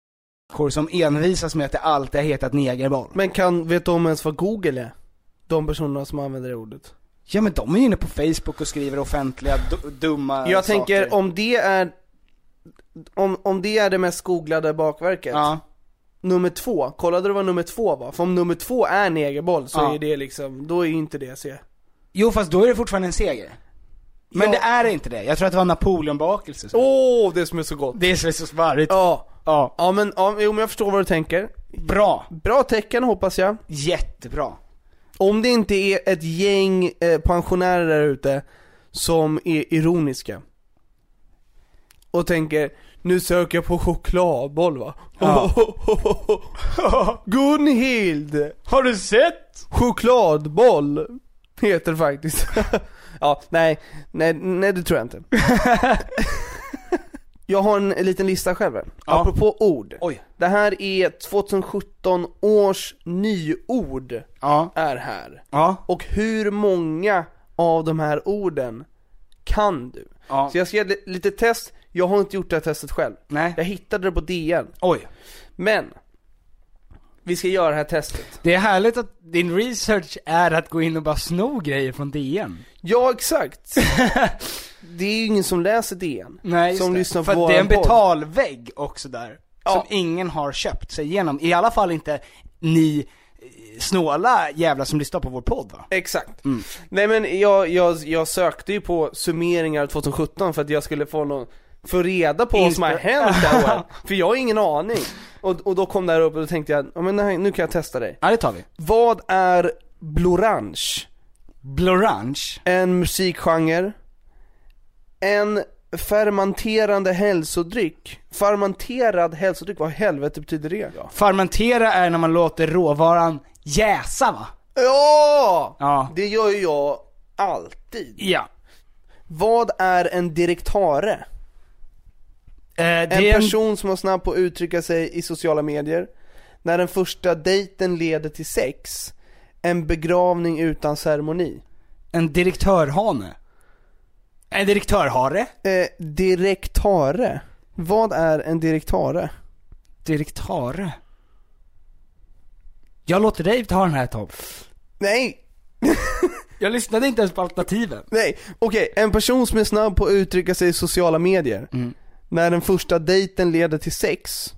[SPEAKER 4] Människor som envisas med att det alltid har hetat negerbarn.
[SPEAKER 3] Men kan, vet de ens vad Google är? De personerna som använder det ordet
[SPEAKER 4] Ja men de är ju inne på Facebook och skriver offentliga d- dumma
[SPEAKER 3] Jag
[SPEAKER 4] saker.
[SPEAKER 3] tänker om det är, om, om det är det mest googlade bakverket Nummer två, kollade du vad nummer två var? För om nummer två är negerboll så
[SPEAKER 4] Ja.
[SPEAKER 3] är det liksom, då är ju inte det se
[SPEAKER 4] Jo fast då är det fortfarande en seger. Men
[SPEAKER 3] Ja.
[SPEAKER 4] det är inte det. Jag tror att det var napoleonbakelse. som-
[SPEAKER 3] Åh, det som är så gott!
[SPEAKER 4] Det är så- så smarrigt.
[SPEAKER 3] Ja,
[SPEAKER 4] ja.
[SPEAKER 3] ja men, ja, jo, men jag förstår vad du tänker
[SPEAKER 4] Bra.
[SPEAKER 3] Bra tecken hoppas jag
[SPEAKER 4] Jättebra.
[SPEAKER 3] Om det inte är ett gäng eh, pensionärer där ute som är ironiska och tänker nu söker jag på chokladboll va?
[SPEAKER 4] Ja.
[SPEAKER 3] Gunhild!
[SPEAKER 4] Har du sett?
[SPEAKER 3] Chokladboll heter det faktiskt. ja, nej, nej, nej det tror jag inte. jag har en liten lista själv här. Apropå ord.
[SPEAKER 4] Oj.
[SPEAKER 3] Det här är 2017 års nyord
[SPEAKER 4] Ja.
[SPEAKER 3] är här.
[SPEAKER 4] Ja.
[SPEAKER 3] Och hur många av de här orden kan du?
[SPEAKER 4] Ja.
[SPEAKER 3] Så jag ska ge li- lite test, jag har inte gjort det här testet själv.
[SPEAKER 4] Nej.
[SPEAKER 3] Jag hittade det på DN.
[SPEAKER 4] Oj.
[SPEAKER 3] Men, vi ska göra det här testet.
[SPEAKER 4] Det är härligt att din research är att gå in och bara sno grejer från DN.
[SPEAKER 3] Ja, exakt. det är ju ingen som läser DN.
[SPEAKER 4] Nej, just
[SPEAKER 3] som
[SPEAKER 4] det.
[SPEAKER 3] lyssnar på
[SPEAKER 4] För att
[SPEAKER 3] våran
[SPEAKER 4] det är en
[SPEAKER 3] podd.
[SPEAKER 4] betalvägg också där. Som
[SPEAKER 3] Ja.
[SPEAKER 4] ingen har köpt sig igenom. I alla fall inte ni eh, snåla jävlar som lyssnar på vår podd va?
[SPEAKER 3] Exakt.
[SPEAKER 4] Mm.
[SPEAKER 3] Nej men jag, jag, jag sökte ju på summeringar 2017 för att jag skulle få någon, få reda på vad som har
[SPEAKER 4] Inspir-
[SPEAKER 3] hänt det här året. För jag har ingen aning. Och, och då kom det här upp och då tänkte jag, ja, men nej, nu kan jag testa dig.
[SPEAKER 4] Ja det tar vi.
[SPEAKER 3] Vad är blorange?
[SPEAKER 4] Blorange.
[SPEAKER 3] En musikgenre, en fermenterande hälsodryck. Fermenterad hälsodryck, vad i helvete betyder det? Ja!
[SPEAKER 4] Fermentera är när man låter råvaran jäsa va? Ja.
[SPEAKER 3] Det gör ju jag alltid.
[SPEAKER 4] Ja.
[SPEAKER 3] Vad är en direktare?
[SPEAKER 4] Eh, det
[SPEAKER 3] En
[SPEAKER 4] är en...
[SPEAKER 3] person som var snabb på att uttrycka sig i sociala medier. När den första dejten leder till sex. En begravning utan ceremoni.
[SPEAKER 4] en direktörhane. En direktörhare.
[SPEAKER 3] Eh, direktare. Vad är en direktare?
[SPEAKER 4] Direktare. Jag låter dig ta den här Tom.
[SPEAKER 3] Nej,
[SPEAKER 4] Jag lyssnade inte ens på alternativen.
[SPEAKER 3] nej, okej. En person som är snabb på att uttrycka sig i sociala medier.
[SPEAKER 4] Mm.
[SPEAKER 3] När den första dejten leder till sex.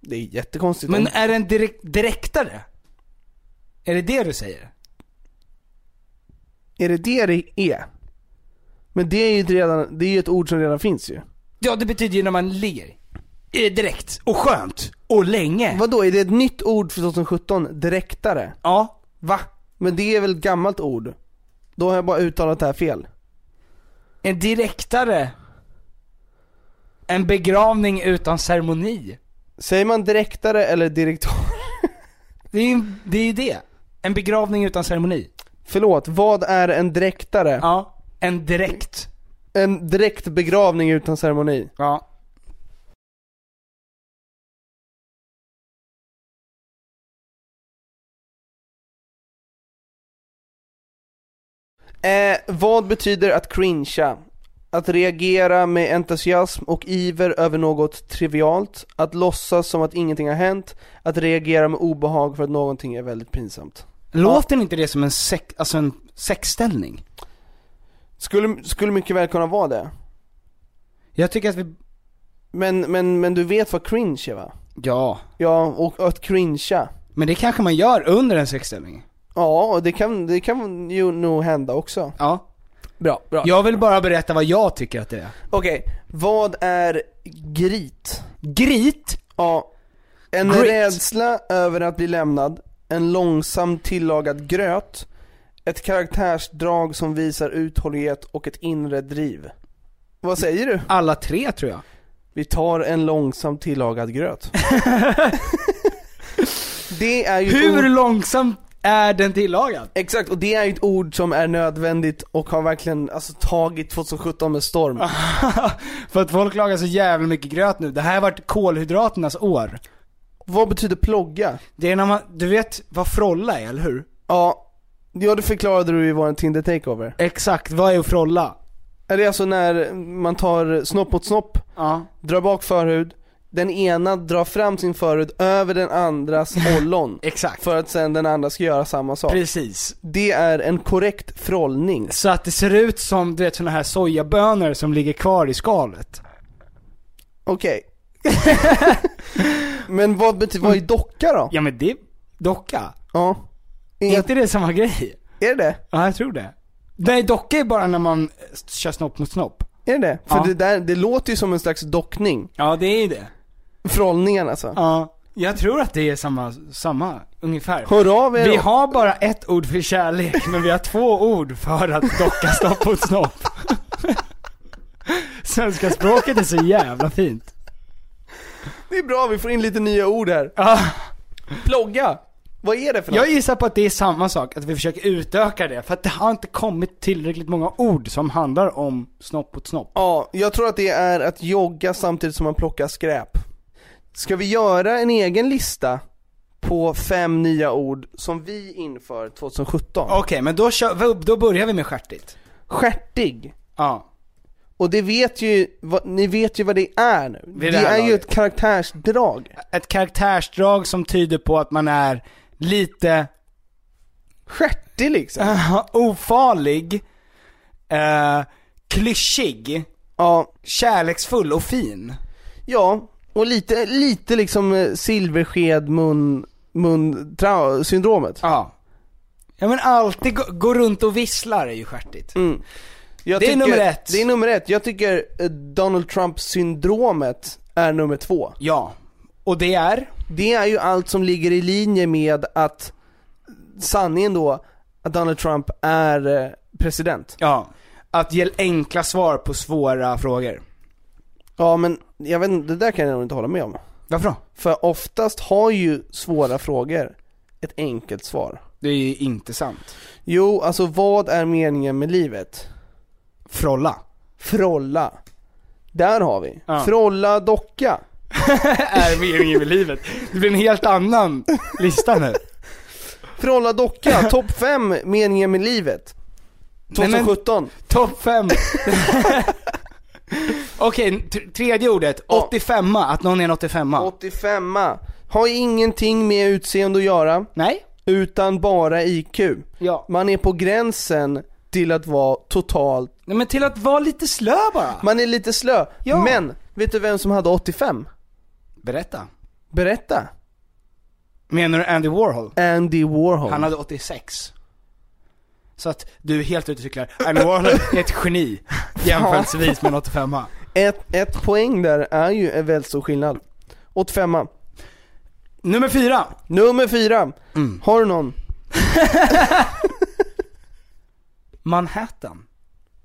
[SPEAKER 3] Det är jättekonstigt.
[SPEAKER 4] Men
[SPEAKER 3] om-
[SPEAKER 4] är det en direk- direktare? Är det det du säger?
[SPEAKER 3] Är det det det är? Men det är ju ett redan, det är ju ett ord som redan finns ju.
[SPEAKER 4] Ja, det betyder ju när man ligger. Eh, Direkt. Och skönt. Och länge.
[SPEAKER 3] Vadå, är det ett nytt ord för 2017? Direktare?
[SPEAKER 4] Ja. Va?
[SPEAKER 3] Men det är väl ett gammalt ord? Då har jag bara uttalat det här fel.
[SPEAKER 4] En direktare. En begravning utan ceremoni.
[SPEAKER 3] Säger man direktare eller direktör?
[SPEAKER 4] Det är ju det. Är ju det. En begravning utan ceremoni.
[SPEAKER 3] Förlåt, vad är en direktare?
[SPEAKER 4] Ja. En direkt.
[SPEAKER 3] En direkt begravning utan ceremoni.
[SPEAKER 4] Ja.
[SPEAKER 3] Eh, vad betyder att cringea? Att reagera med entusiasm och iver över något trivialt, att låtsas som att ingenting har hänt, att reagera med obehag för att någonting är väldigt pinsamt.
[SPEAKER 8] Låter inte det som en, sex, alltså en sexställning?
[SPEAKER 3] Skulle, skulle mycket väl kunna vara det.
[SPEAKER 8] Jag tycker att vi...
[SPEAKER 3] Men, men, men du vet vad cringe är va?
[SPEAKER 8] Ja.
[SPEAKER 3] Ja, och att cringea.
[SPEAKER 8] Men det kanske man gör under en sexställning?
[SPEAKER 3] Ja, och det kan, det kan ju nog hända också.
[SPEAKER 8] Ja.
[SPEAKER 3] Bra, bra.
[SPEAKER 4] Jag vill bara berätta vad jag tycker att det är.
[SPEAKER 3] Okej, vad är grit?
[SPEAKER 8] Grit?
[SPEAKER 3] Ja. En
[SPEAKER 4] Grit.
[SPEAKER 3] rädsla över att bli lämnad, en långsam tillagad gröt, ett karaktärsdrag som visar uthållighet och ett inre driv. Vad säger du?
[SPEAKER 4] Alla tre tror jag.
[SPEAKER 3] Vi tar en långsam tillagad gröt. det är ju ett
[SPEAKER 4] Hur
[SPEAKER 3] ord,
[SPEAKER 4] långsamt är den tillagad?
[SPEAKER 3] exakt, och det är ju ett ord som är nödvändigt och har verkligen alltså, tagit 2017 med storm.
[SPEAKER 4] För att folk lagar så jävla mycket gröt nu. Det här har varit kolhydraternas år.
[SPEAKER 3] Vad betyder plogga?
[SPEAKER 4] Det är när man, du vet vad frolla är, eller hur?
[SPEAKER 3] Ja, ja det förklarade du i vår Tinder takeover.
[SPEAKER 4] Exakt, vad är att frolla?
[SPEAKER 3] Är det alltså när man tar snopp mot snopp,
[SPEAKER 4] Ja.
[SPEAKER 3] drar bak förhud, den ena drar fram sin förhud över den andras ollon.
[SPEAKER 4] Exakt.
[SPEAKER 3] För att sen den andra ska göra samma sak.
[SPEAKER 4] Precis.
[SPEAKER 3] Det är en korrekt frollning.
[SPEAKER 4] Så att det ser ut som, du vet såna här sojabönor som ligger kvar i skalet.
[SPEAKER 3] Okej. Men vad betyder, vad är docka då?
[SPEAKER 4] Ja men det, docka.
[SPEAKER 3] Ja.
[SPEAKER 4] Är
[SPEAKER 3] Är,
[SPEAKER 4] inte det samma grej?
[SPEAKER 3] är det
[SPEAKER 4] Ja, jag tror det. Nej, docka är bara när man eh, kör snopp mot snopp.
[SPEAKER 3] det? Är det För
[SPEAKER 4] Ja.
[SPEAKER 3] det där, det låter ju som en slags dockning.
[SPEAKER 4] Ja, det är det.
[SPEAKER 3] Frollningen alltså.
[SPEAKER 4] Ja, jag tror att det är samma, samma, ungefär.
[SPEAKER 3] Hör av er
[SPEAKER 4] Vi
[SPEAKER 3] om-
[SPEAKER 4] har bara ett ord för kärlek, men vi har två ord för att docka snopp mot snopp. Svenska språket är så jävla fint.
[SPEAKER 3] Det är bra, vi får in lite nya ord här.
[SPEAKER 4] Ja.
[SPEAKER 3] Plogga! Vad är det för något?
[SPEAKER 4] Jag gissar på att det är samma sak, att vi försöker utöka det, för att det har inte kommit tillräckligt många ord som handlar om snopp mot snopp.
[SPEAKER 3] Ja, jag tror att det är att jogga samtidigt som man plockar skräp. Ska vi göra en egen lista på fem nya ord som vi inför 2017?
[SPEAKER 4] Okej, men då, kör, då börjar vi med stjärtigt.
[SPEAKER 3] Stjärtig.
[SPEAKER 4] Ja.
[SPEAKER 3] Och det vet ju, vad- ni vet ju vad det är nu.
[SPEAKER 4] det
[SPEAKER 3] det
[SPEAKER 4] här
[SPEAKER 3] är ju
[SPEAKER 4] laget.
[SPEAKER 3] ett karaktärsdrag.
[SPEAKER 4] ett karaktärsdrag som tyder på att man är lite eh,
[SPEAKER 3] Stjärtig
[SPEAKER 4] Äh.
[SPEAKER 3] liksom.
[SPEAKER 4] ofarlig, eh, klyschig,
[SPEAKER 3] Ja,
[SPEAKER 4] kärleksfull och fin.
[SPEAKER 3] ja. och lite, lite liksom eh, silversked mun, mun tra- syndromet.
[SPEAKER 4] Ja. Ja men alltid gå, gå runt och visslar är ju stjärtigt.
[SPEAKER 3] Mm. Jag
[SPEAKER 4] Det är
[SPEAKER 3] tycker,
[SPEAKER 4] nummer ett.
[SPEAKER 3] Det är nummer ett. Jag tycker eh, Donald Trump-syndromet är nummer två.
[SPEAKER 4] Ja. Och det är?
[SPEAKER 3] Det är ju allt som ligger i linje med att sanningen då, att Donald Trump är eh, president.
[SPEAKER 4] Ja. Att ge enkla svar på svåra frågor.
[SPEAKER 3] Ja men, jag vet inte, det där kan jag nog inte hålla med om.
[SPEAKER 4] Varför då?
[SPEAKER 3] För oftast har ju svåra frågor ett enkelt svar.
[SPEAKER 4] Det är ju inte sant.
[SPEAKER 3] Jo, alltså vad är meningen med livet?
[SPEAKER 4] Frolla.
[SPEAKER 3] Frolla. Där har vi.
[SPEAKER 4] Ja.
[SPEAKER 3] Frolla docka.
[SPEAKER 4] är meningen med livet. Det blir en helt annan lista nu.
[SPEAKER 3] Frolla docka, topp 5 meningen med livet.
[SPEAKER 4] Nej, men-
[SPEAKER 3] 2017.
[SPEAKER 4] Topp fem. Okej, tr- tredje ordet. 85 att någon är en 85
[SPEAKER 3] 85 Har ingenting med utseende att göra,
[SPEAKER 4] Nej?
[SPEAKER 3] utan bara IQ.
[SPEAKER 4] Ja.
[SPEAKER 3] Man är på gränsen till att vara totalt,
[SPEAKER 4] Nej men till att vara lite slö bara.
[SPEAKER 3] man är lite slö.
[SPEAKER 4] Ja.
[SPEAKER 3] Men, vet du vem som hade 85?
[SPEAKER 4] Berätta.
[SPEAKER 3] Berätta.
[SPEAKER 4] Menar du Andy Warhol?
[SPEAKER 3] Andy Warhol.
[SPEAKER 4] Han hade 86. Så att du är helt ute och cyklar. Andy Warhol är ett geni. Jämförelsevis med en 85
[SPEAKER 3] Ett, ett poäng där är ju en väldigt stor skillnad. 85
[SPEAKER 4] Nummer fyra.
[SPEAKER 3] Nummer fyra.
[SPEAKER 4] Mm.
[SPEAKER 3] Har du någon?
[SPEAKER 4] Manhattan.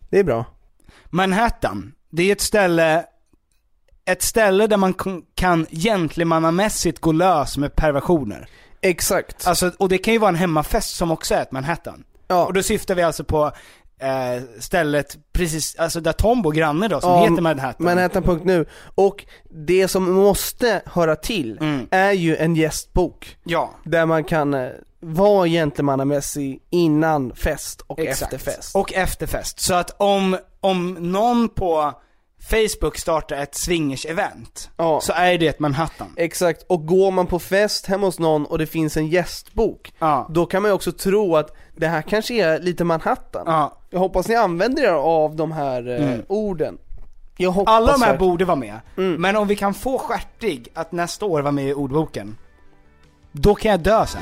[SPEAKER 3] Det är bra.
[SPEAKER 4] Manhattan, det är ett ställe, ett ställe där man kon- kan gentlemannamässigt gå lös med perversioner.
[SPEAKER 3] Exakt.
[SPEAKER 4] Alltså, och det kan ju vara en hemmafest som också är ett Manhattan.
[SPEAKER 3] Ja.
[SPEAKER 4] Och då syftar vi alltså på eh, stället precis, alltså där Tom bor, granne då, som
[SPEAKER 3] Ja,
[SPEAKER 4] heter Manhattan.
[SPEAKER 3] Manhattan.nu. Och det
[SPEAKER 4] Mm.
[SPEAKER 3] som måste höra till är ju en gästbok.
[SPEAKER 4] Ja.
[SPEAKER 3] Där man kan eh, var gentlemannamässig innan fest och
[SPEAKER 4] Exakt.
[SPEAKER 3] efter fest.
[SPEAKER 4] Och efterfest. Så att om, om någon på Facebook startar ett swingers-event, så är det ett Manhattan.
[SPEAKER 3] Exakt, och går man på fest hemma hos någon och det finns en gästbok, då kan man ju också tro att det här kanske är lite Manhattan. Jag hoppas ni använder er av de här eh,
[SPEAKER 4] Mm.
[SPEAKER 3] orden. Jag hoppas Mm.
[SPEAKER 4] Alla de här
[SPEAKER 3] verkligen-
[SPEAKER 4] borde vara med. Men om vi kan få Stjärtig att nästa år vara med i ordboken, då kan jag dö sen.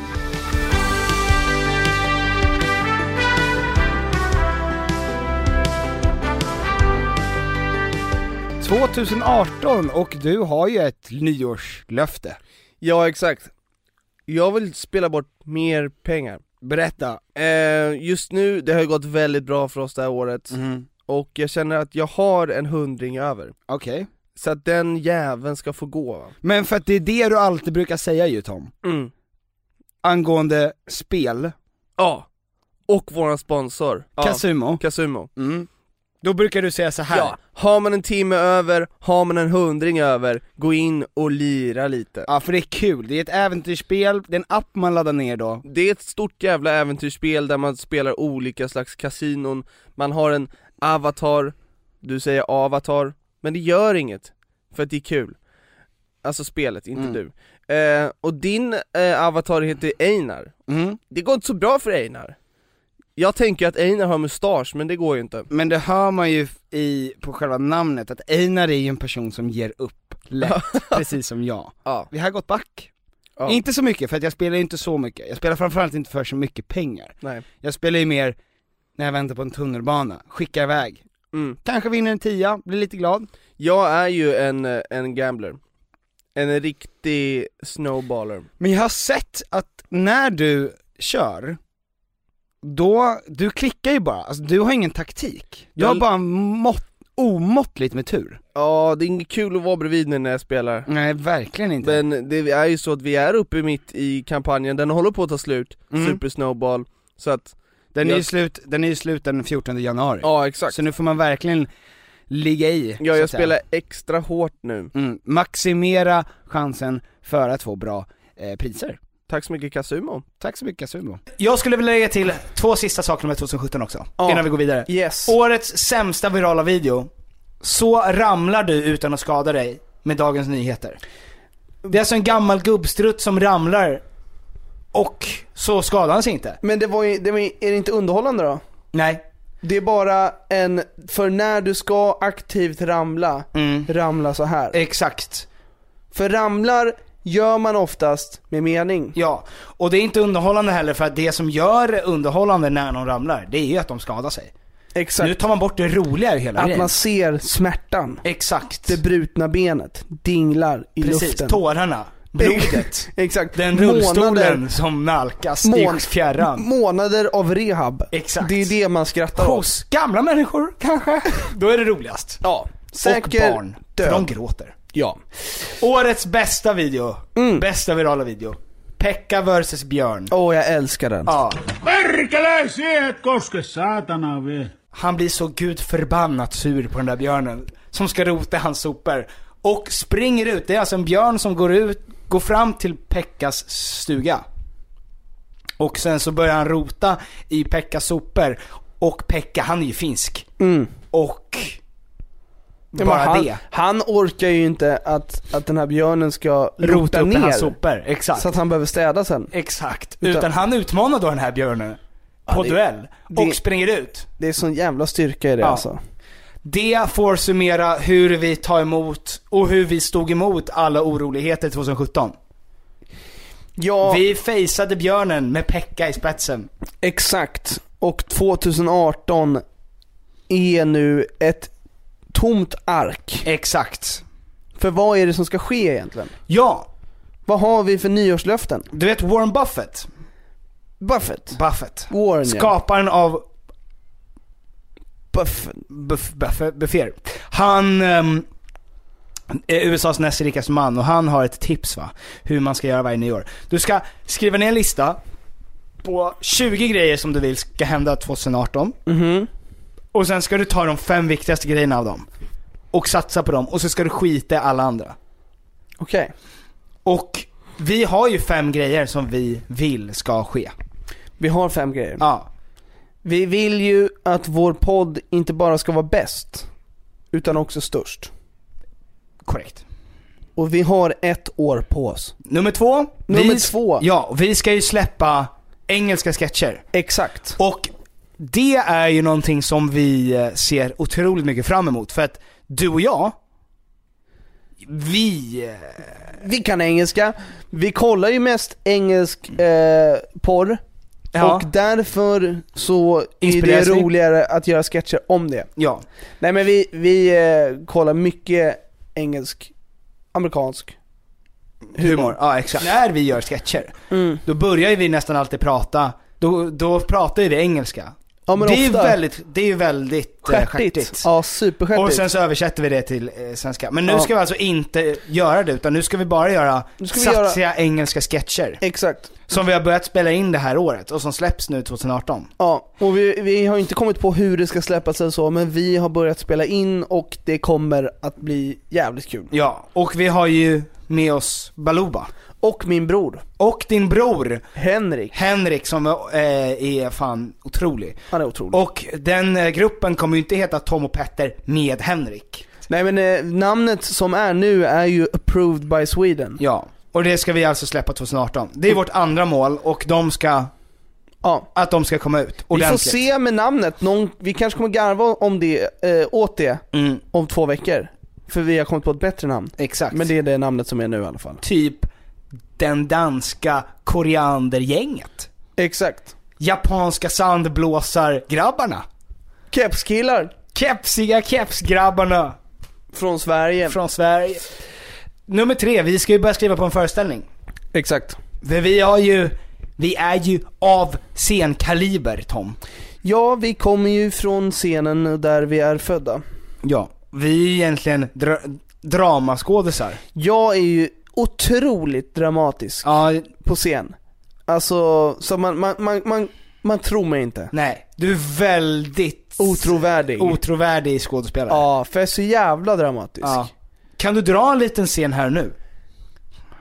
[SPEAKER 4] ...2018 och du har ju ett nyårslöfte.
[SPEAKER 3] Ja, exakt. Jag vill spela bort mer pengar.
[SPEAKER 4] Berätta.
[SPEAKER 3] Eh, just nu, det har ju gått väldigt bra för oss det här året,
[SPEAKER 4] Mm.
[SPEAKER 3] och jag känner att jag har en hundring över.
[SPEAKER 4] Okej.
[SPEAKER 3] Så att den jäveln ska få gå. Va?
[SPEAKER 4] Men för att det är det du alltid brukar säga ju Tom.
[SPEAKER 3] Mm.
[SPEAKER 4] Angående spel.
[SPEAKER 3] Ja. Och våran sponsor. Ja.
[SPEAKER 4] Casumo.
[SPEAKER 3] Casumo.
[SPEAKER 4] Då brukar du säga så här.
[SPEAKER 3] Ja, har man en timme över, har man en hundring över, gå in och lira lite.
[SPEAKER 4] Ja, för det är kul. Det är ett äventyrsspel, det är en app man laddar ner då.
[SPEAKER 3] Det är ett stort jävla äventyrsspel där man spelar olika slags kasinon, man har en avatar, du säger avatar, men det gör inget, för att det är kul. Alltså spelet, inte
[SPEAKER 4] Mm.
[SPEAKER 3] du. Eh, och din eh, avatar heter Einar.
[SPEAKER 4] Mm.
[SPEAKER 3] Det går inte så bra för Einar. Jag tänker att Einar har mustasch, men det går ju inte.
[SPEAKER 4] Men det hör man ju i, på själva namnet att Einar är ju en person som ger upp lätt, precis som jag.
[SPEAKER 3] Ja.
[SPEAKER 4] Vi har gått back.
[SPEAKER 3] Ja.
[SPEAKER 4] Inte så mycket, för att jag spelar ju inte så mycket. Jag spelar framförallt inte för så mycket pengar.
[SPEAKER 3] Nej.
[SPEAKER 4] Jag spelar ju mer när jag väntar på en tunnelbana, skickar iväg.
[SPEAKER 3] Mm.
[SPEAKER 4] Kanske vinner en tia, blir lite glad.
[SPEAKER 3] Jag är ju en, eh, en gambler. En riktig snowballer.
[SPEAKER 4] Men jag har sett att när du kör, då, du klickar ju bara, alltså, du har ingen taktik. Du
[SPEAKER 3] Jag-
[SPEAKER 4] har bara mått, omåttligt med tur.
[SPEAKER 3] Ja, det är inget kul att vara bredvid nu när jag spelar.
[SPEAKER 4] Nej, verkligen inte.
[SPEAKER 3] Men det är ju så att vi är uppe mitt i kampanjen, den håller på att ta slut,
[SPEAKER 4] Mm.
[SPEAKER 3] Super Snowball, så att
[SPEAKER 4] Den är,
[SPEAKER 3] jag-
[SPEAKER 4] ju slut, den är ju slut den 14 januari.
[SPEAKER 3] Ja, exakt.
[SPEAKER 4] Så nu får man verkligen ligga i.
[SPEAKER 3] Ja,
[SPEAKER 4] så
[SPEAKER 3] jag
[SPEAKER 4] att säga.
[SPEAKER 3] spelar extra hårt nu.
[SPEAKER 4] Mm, maximera chansen för att få bra eh, priser.
[SPEAKER 3] Tack så mycket Kasumo.
[SPEAKER 4] Tack så mycket Kasumo. Jag skulle vilja lägga till två sista saker med 2017 också,
[SPEAKER 3] Ja.
[SPEAKER 4] innan vi går vidare.
[SPEAKER 3] Yes.
[SPEAKER 4] Årets sämsta virala video. Så ramlar du utan att skada dig med Dagens Nyheter. Det är alltså en gammal gubbstrutt som ramlar och så skadar han sig inte.
[SPEAKER 3] Men det var ju, det var ju, är det inte underhållande då?
[SPEAKER 4] Nej.
[SPEAKER 3] Det är bara en, för när du ska aktivt ramla, ramla så
[SPEAKER 4] Eh.
[SPEAKER 3] här.
[SPEAKER 4] Mm. Exakt.
[SPEAKER 3] För ramlar gör man oftast med mening.
[SPEAKER 4] Ja, och det är inte underhållande heller för att det som gör det underhållande när någon ramlar, det är ju att de skadar sig.
[SPEAKER 3] Exakt.
[SPEAKER 4] Nu tar man bort det roliga i hela
[SPEAKER 3] Att
[SPEAKER 4] grejen.
[SPEAKER 3] man ser smärtan.
[SPEAKER 4] Exakt.
[SPEAKER 3] Det brutna benet dinglar i
[SPEAKER 4] Precis,
[SPEAKER 3] luften.
[SPEAKER 4] tårarna, blodet,
[SPEAKER 3] Exakt.
[SPEAKER 4] den rullstolen
[SPEAKER 3] Månader,
[SPEAKER 4] som nalkas i
[SPEAKER 3] Mån-
[SPEAKER 4] fjärran.
[SPEAKER 3] månader av rehab.
[SPEAKER 4] Exakt.
[SPEAKER 3] Det är det man skrattar åt.
[SPEAKER 4] Hos gamla människor kanske, då är det roligast.
[SPEAKER 3] Ja.
[SPEAKER 4] och
[SPEAKER 3] Säker
[SPEAKER 4] barn,
[SPEAKER 3] död.
[SPEAKER 4] för de gråter. Mm.
[SPEAKER 3] Ja.
[SPEAKER 4] Årets bästa video, bästa virala video. Pekka vs Björn.
[SPEAKER 3] Åh, jag älskar den.
[SPEAKER 4] Ja,
[SPEAKER 9] Perkele, siihen et koske saatanaa vielä.
[SPEAKER 4] han blir så gudförbannat sur på den där björnen som ska rota i hans sopor. Och springer ut, det är alltså en björn som går ut, går fram till Pekkas stuga. Och sen så börjar han rota i Pekkas sopor. Och Pekka, han är ju finsk. Och...
[SPEAKER 3] Ja, men
[SPEAKER 4] bara
[SPEAKER 3] han,
[SPEAKER 4] det.
[SPEAKER 3] han orkar ju inte att, att den här björnen ska
[SPEAKER 4] Rota
[SPEAKER 3] rota
[SPEAKER 4] upp i hans
[SPEAKER 3] ner.
[SPEAKER 4] sopor, exakt.
[SPEAKER 3] Så att han behöver städa sen.
[SPEAKER 4] Exakt.
[SPEAKER 3] Utan-
[SPEAKER 4] Utan, han utmanar då den här björnen på
[SPEAKER 3] det-
[SPEAKER 4] duell och
[SPEAKER 3] det-
[SPEAKER 4] springer ut.
[SPEAKER 3] Det är sån jävla styrka i det
[SPEAKER 4] Ja.
[SPEAKER 3] alltså.
[SPEAKER 4] Det får summera hur vi tar emot och hur vi stod emot alla oroligheter 2017.
[SPEAKER 3] Ja,
[SPEAKER 4] Vi faceade björnen med Pekka i spetsen.
[SPEAKER 3] exakt. Och 2018 är nu ett tomt ark.
[SPEAKER 4] Exakt.
[SPEAKER 3] För vad är det som ska ske egentligen?
[SPEAKER 4] Ja,
[SPEAKER 3] Vad har vi för nyårslöften?
[SPEAKER 4] du vet Warren Buffett?
[SPEAKER 3] Buffett.
[SPEAKER 4] Buffett.
[SPEAKER 3] Warren ja.
[SPEAKER 4] Skaparen av
[SPEAKER 3] Buffett.
[SPEAKER 4] Buff- Buff- Buffer. Han ehm, är USAs näst rikaste man och han har ett tips va, hur man ska göra varje nyår. Du ska skriva ner en lista på 20 grejer som du vill ska hända 2018.
[SPEAKER 3] Mhm.
[SPEAKER 4] Och sen ska du ta de fem viktigaste grejerna av dem. Och satsa på dem och så ska du skita i alla andra.
[SPEAKER 3] Okej.
[SPEAKER 4] Och Vi har ju fem grejer som vi vill ska ske.
[SPEAKER 3] Vi har fem grejer.
[SPEAKER 4] Ja.
[SPEAKER 3] Vi vill ju att vår podd inte bara ska vara bäst, utan också störst.
[SPEAKER 4] Korrekt.
[SPEAKER 3] Och vi har ett år på oss.
[SPEAKER 4] Nummer två.
[SPEAKER 3] Nummer
[SPEAKER 4] vi,
[SPEAKER 3] två.
[SPEAKER 4] Ja, vi ska ju släppa engelska sketcher.
[SPEAKER 3] Exakt.
[SPEAKER 4] Och det är ju någonting som vi eh, ser otroligt mycket fram emot, för att du och jag, vi... eh,
[SPEAKER 3] Vi kan engelska, vi kollar ju mest engelsk eh, porr,
[SPEAKER 4] Ja.
[SPEAKER 3] och därför så är det
[SPEAKER 4] Inspireras vi.
[SPEAKER 3] roligare att göra sketcher om det.
[SPEAKER 4] Ja.
[SPEAKER 3] Nej men vi, vi eh, kollar mycket engelsk, amerikansk.
[SPEAKER 4] Humor, ja exakt. När vi gör sketcher,
[SPEAKER 3] Mm.
[SPEAKER 4] då börjar ju vi nästan alltid prata, då, då pratar ju vi engelska.
[SPEAKER 3] Ja, men
[SPEAKER 4] det, är ju
[SPEAKER 3] ofta.
[SPEAKER 4] väldigt, det är ju väldigt eh,
[SPEAKER 3] Stjärtigt. Ja, superstjärtigt.
[SPEAKER 4] Och sen så översätter vi det till eh, svenska. Men nu
[SPEAKER 3] Ja.
[SPEAKER 4] ska vi alltså inte göra det, utan nu ska vi bara göra
[SPEAKER 3] ska vi göra-
[SPEAKER 4] satsiga engelska sketcher.
[SPEAKER 3] Exakt.
[SPEAKER 4] Som vi har börjat spela in det här året och som släpps nu 2018.
[SPEAKER 3] Ja, och vi, vi har inte kommit på hur det ska släppas eller så, men vi har börjat spela in och det kommer att bli jävligt kul.
[SPEAKER 4] Ja, och vi har ju med oss Baluba.
[SPEAKER 3] Och min bror.
[SPEAKER 4] Och din bror.
[SPEAKER 3] Henrik.
[SPEAKER 4] Henrik som eh, är fan otrolig.
[SPEAKER 3] Han är otrolig.
[SPEAKER 4] Och den eh, gruppen kommer ju inte heta Tom och Petter med Henrik.
[SPEAKER 3] Nej men eh, namnet som är nu är ju Approved by Sweden.
[SPEAKER 4] Ja. Och det ska vi alltså släppa 2018. Det är vårt andra mål och de ska,
[SPEAKER 3] Ja.
[SPEAKER 4] att de ska komma ut
[SPEAKER 3] Vi får
[SPEAKER 4] ordentligt.
[SPEAKER 3] se med namnet, Någon, vi kanske kommer garva om det, eh, åt det
[SPEAKER 4] Mm.
[SPEAKER 3] om två veckor. För vi har kommit på ett bättre namn.
[SPEAKER 4] Exakt.
[SPEAKER 3] Men det är det namnet som är nu i alla fall.
[SPEAKER 4] Typ den danska koriandergänget.
[SPEAKER 3] Exakt.
[SPEAKER 4] Japanska sandblåsargrabbarna.
[SPEAKER 3] Kepskillar
[SPEAKER 4] Kepsiga kepsgrabbarna
[SPEAKER 3] från Sverige.
[SPEAKER 4] från Sverige. Nummer tre, vi ska ju börja skriva på en föreställning.
[SPEAKER 3] Exakt.
[SPEAKER 4] För vi har ju, vi är ju av scenkaliber Tom.
[SPEAKER 3] Ja, vi kommer ju från scenen där vi är födda.
[SPEAKER 4] Ja. Vi är egentligen dra dramaskådisar.
[SPEAKER 3] Jag är ju otroligt dramatisk
[SPEAKER 4] Ja,
[SPEAKER 3] på scen. Alltså, så man, man, man, man, man tror mig inte.
[SPEAKER 4] nej. Du är väldigt
[SPEAKER 3] Otrovärdig.
[SPEAKER 4] otrovärdig skådespelare.
[SPEAKER 3] ja, för jag är så jävla dramatisk.
[SPEAKER 4] Ja. Kan du dra en liten scen här nu?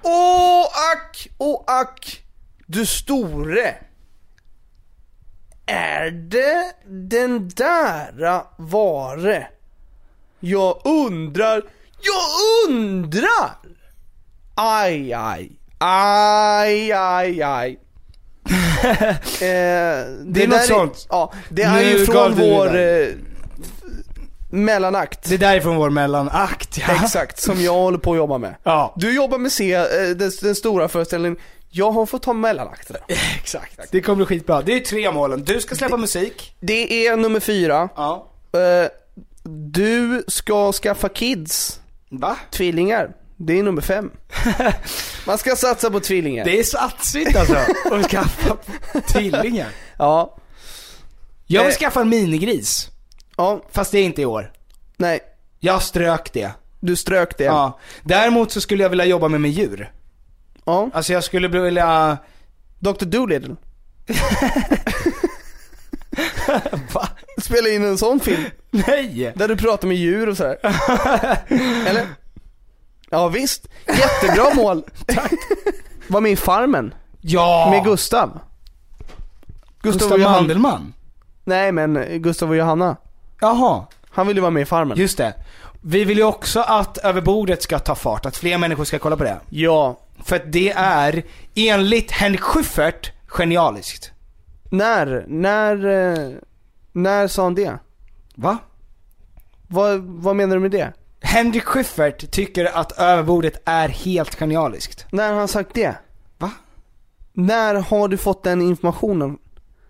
[SPEAKER 3] Åh ack, åh ack, du store. Är det den där vare? Jag undrar, jag undrar! Aj, aj, aj, aj, aj. Eh, det
[SPEAKER 4] är
[SPEAKER 3] där
[SPEAKER 4] något sånt.
[SPEAKER 3] Ja, det är
[SPEAKER 4] Nu
[SPEAKER 3] ju
[SPEAKER 4] gav
[SPEAKER 3] från
[SPEAKER 4] du
[SPEAKER 3] vår
[SPEAKER 4] iväg.
[SPEAKER 3] eh, mellanakt.
[SPEAKER 4] Det där är från vår mellanakt ja.
[SPEAKER 3] Exakt, som jag håller på att jobba med.
[SPEAKER 4] Ja.
[SPEAKER 3] Du jobbar med C, eh, den, den stora föreställningen. Jag har fått ta mellanakter.
[SPEAKER 4] Exakt. Det kommer bli skitbra. Det är tre målen. Du ska släppa musik.
[SPEAKER 3] Det är nummer fyra.
[SPEAKER 4] Ja.
[SPEAKER 3] Eh, Du ska skaffa kids,
[SPEAKER 4] Va?
[SPEAKER 3] tvillingar. Det är nummer fem. Man ska satsa på tvillingar.
[SPEAKER 4] Det är satsigt alltså. Att skaffa tvillingar.
[SPEAKER 3] Ja,
[SPEAKER 4] Jag vill
[SPEAKER 3] Eh.
[SPEAKER 4] skaffa en minigris.
[SPEAKER 3] ja,
[SPEAKER 4] Fast det är inte i år.
[SPEAKER 3] nej.
[SPEAKER 4] Jag strök det.
[SPEAKER 3] Du strök det.
[SPEAKER 4] Ja. Däremot så skulle jag vilja jobba med, med djur.
[SPEAKER 3] ja.
[SPEAKER 4] Alltså jag skulle vilja...
[SPEAKER 3] Dr Doolittle. Spela in en sån film.
[SPEAKER 4] Nej!
[SPEAKER 3] Där du pratar med djur och sådär. Eller? Ja visst, jättebra mål. Var med i Farmen,
[SPEAKER 4] Ja!
[SPEAKER 3] med Gustav.
[SPEAKER 4] Gustav
[SPEAKER 3] Johan-
[SPEAKER 4] Mandelmann.
[SPEAKER 3] Nej men Gustav och Johanna.
[SPEAKER 4] Jaha,
[SPEAKER 3] Han ville vara med i Farmen.
[SPEAKER 4] just det. Vi vill ju också att överbordet ska ta fart, att fler människor ska kolla på det.
[SPEAKER 3] Ja.
[SPEAKER 4] För att det är, enligt Henrik Schyffert, genialiskt.
[SPEAKER 3] När, när, eh, när sa han det?
[SPEAKER 4] Va?
[SPEAKER 3] Vad, vad menar du med det?
[SPEAKER 4] Henrik Schyffert tycker att överbordet är helt genialiskt.
[SPEAKER 3] När har han sagt det?
[SPEAKER 4] Va?
[SPEAKER 3] När har du fått den informationen?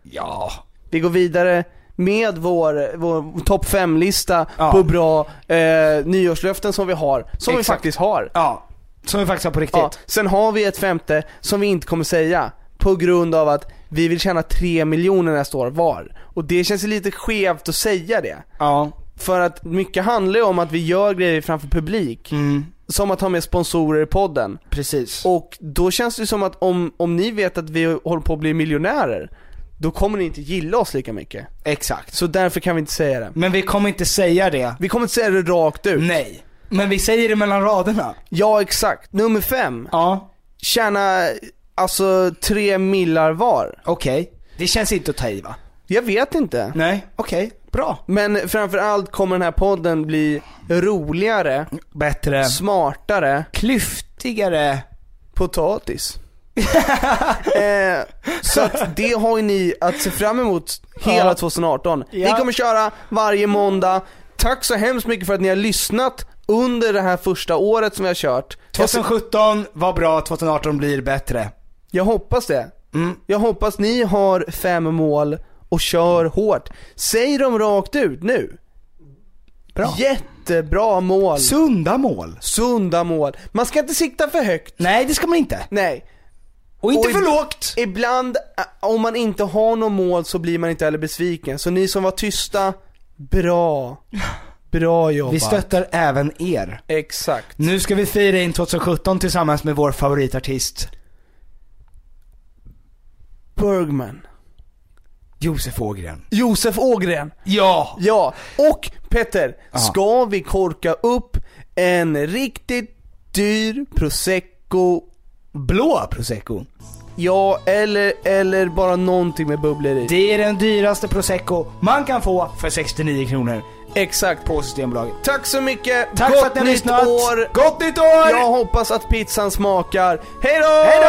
[SPEAKER 4] Ja.
[SPEAKER 3] Vi går vidare med vår, vår topp 5-lista
[SPEAKER 4] Ja.
[SPEAKER 3] på bra eh, nyårslöften som vi har, som vi
[SPEAKER 4] Exakt.
[SPEAKER 3] faktiskt har.
[SPEAKER 4] Ja. Som vi faktiskt har på riktigt.
[SPEAKER 3] Ja, sen har vi ett femte som vi inte kommer säga på grund av att vi vill tjäna 3 miljoner nästa år var. Och det känns ju lite skevt att säga det.
[SPEAKER 4] Ja.
[SPEAKER 3] För att mycket handlar ju om att vi gör grejer framför publik.
[SPEAKER 4] Mm.
[SPEAKER 3] Som att ha med sponsorer i podden.
[SPEAKER 4] Precis.
[SPEAKER 3] Och då känns det ju som att om, om ni vet att vi håller på att bli miljonärer, då kommer ni inte gilla oss lika mycket.
[SPEAKER 4] Exakt.
[SPEAKER 3] Så därför kan vi inte säga det.
[SPEAKER 4] Men vi kommer inte säga det.
[SPEAKER 3] Vi kommer inte säga det rakt ut.
[SPEAKER 4] Nej. Men vi säger det mellan raderna.
[SPEAKER 3] Ja exakt. Nummer fem.
[SPEAKER 4] Ja.
[SPEAKER 3] tjäna alltså tre millar var.
[SPEAKER 4] Okej. Det känns inte att ta i va?
[SPEAKER 3] Jag vet inte.
[SPEAKER 4] Nej, okej. Bra.
[SPEAKER 3] Men framförallt kommer den här podden bli roligare,
[SPEAKER 4] bättre,
[SPEAKER 3] smartare,
[SPEAKER 4] klyftigare
[SPEAKER 3] potatis. eh, så att det har ju ni att se fram emot hela
[SPEAKER 4] Ja.
[SPEAKER 3] 2018. Vi
[SPEAKER 4] Ja.
[SPEAKER 3] kommer köra varje måndag. Tack så hemskt mycket för att ni har lyssnat under det här första året som vi har kört. Jag se-
[SPEAKER 4] 2017 var bra, 2018 blir bättre.
[SPEAKER 3] Jag hoppas det.
[SPEAKER 4] Mm.
[SPEAKER 3] Jag hoppas ni har fem mål och kör hårt. Säg dem rakt ut nu.
[SPEAKER 4] Bra.
[SPEAKER 3] Jättebra mål.
[SPEAKER 4] Sunda mål.
[SPEAKER 3] Sunda mål. Man ska inte sikta för högt.
[SPEAKER 4] Nej, det ska man inte.
[SPEAKER 3] Nej.
[SPEAKER 4] Och inte
[SPEAKER 3] ib-
[SPEAKER 4] för lågt.
[SPEAKER 3] Ibland, ä, om man inte har något mål så blir man inte heller besviken. Så ni som var tysta, bra. Bra jobbat.
[SPEAKER 4] Vi stöttar även er.
[SPEAKER 3] Exakt.
[SPEAKER 4] Nu ska vi fira in 2017 tillsammans med vår favoritartist
[SPEAKER 3] Bergman.
[SPEAKER 4] Josef Ågren.
[SPEAKER 3] Josef Ågren.
[SPEAKER 4] Ja!
[SPEAKER 3] Ja, och Petter, ska vi korka upp en riktigt dyr prosecco?
[SPEAKER 4] Blå prosecco.
[SPEAKER 3] Ja, eller, eller bara någonting med bubblor i.
[SPEAKER 4] Det är den dyraste prosecco man kan få för 69 kronor
[SPEAKER 3] Exakt.
[SPEAKER 4] på Systembolaget.
[SPEAKER 3] Tack så mycket,
[SPEAKER 4] Tack
[SPEAKER 3] gott
[SPEAKER 4] för att ni har
[SPEAKER 3] nytt
[SPEAKER 4] lyssnat!
[SPEAKER 3] år!
[SPEAKER 4] Gott nytt år!
[SPEAKER 3] Jag hoppas att pizzan smakar. Hej då!
[SPEAKER 4] Hej då!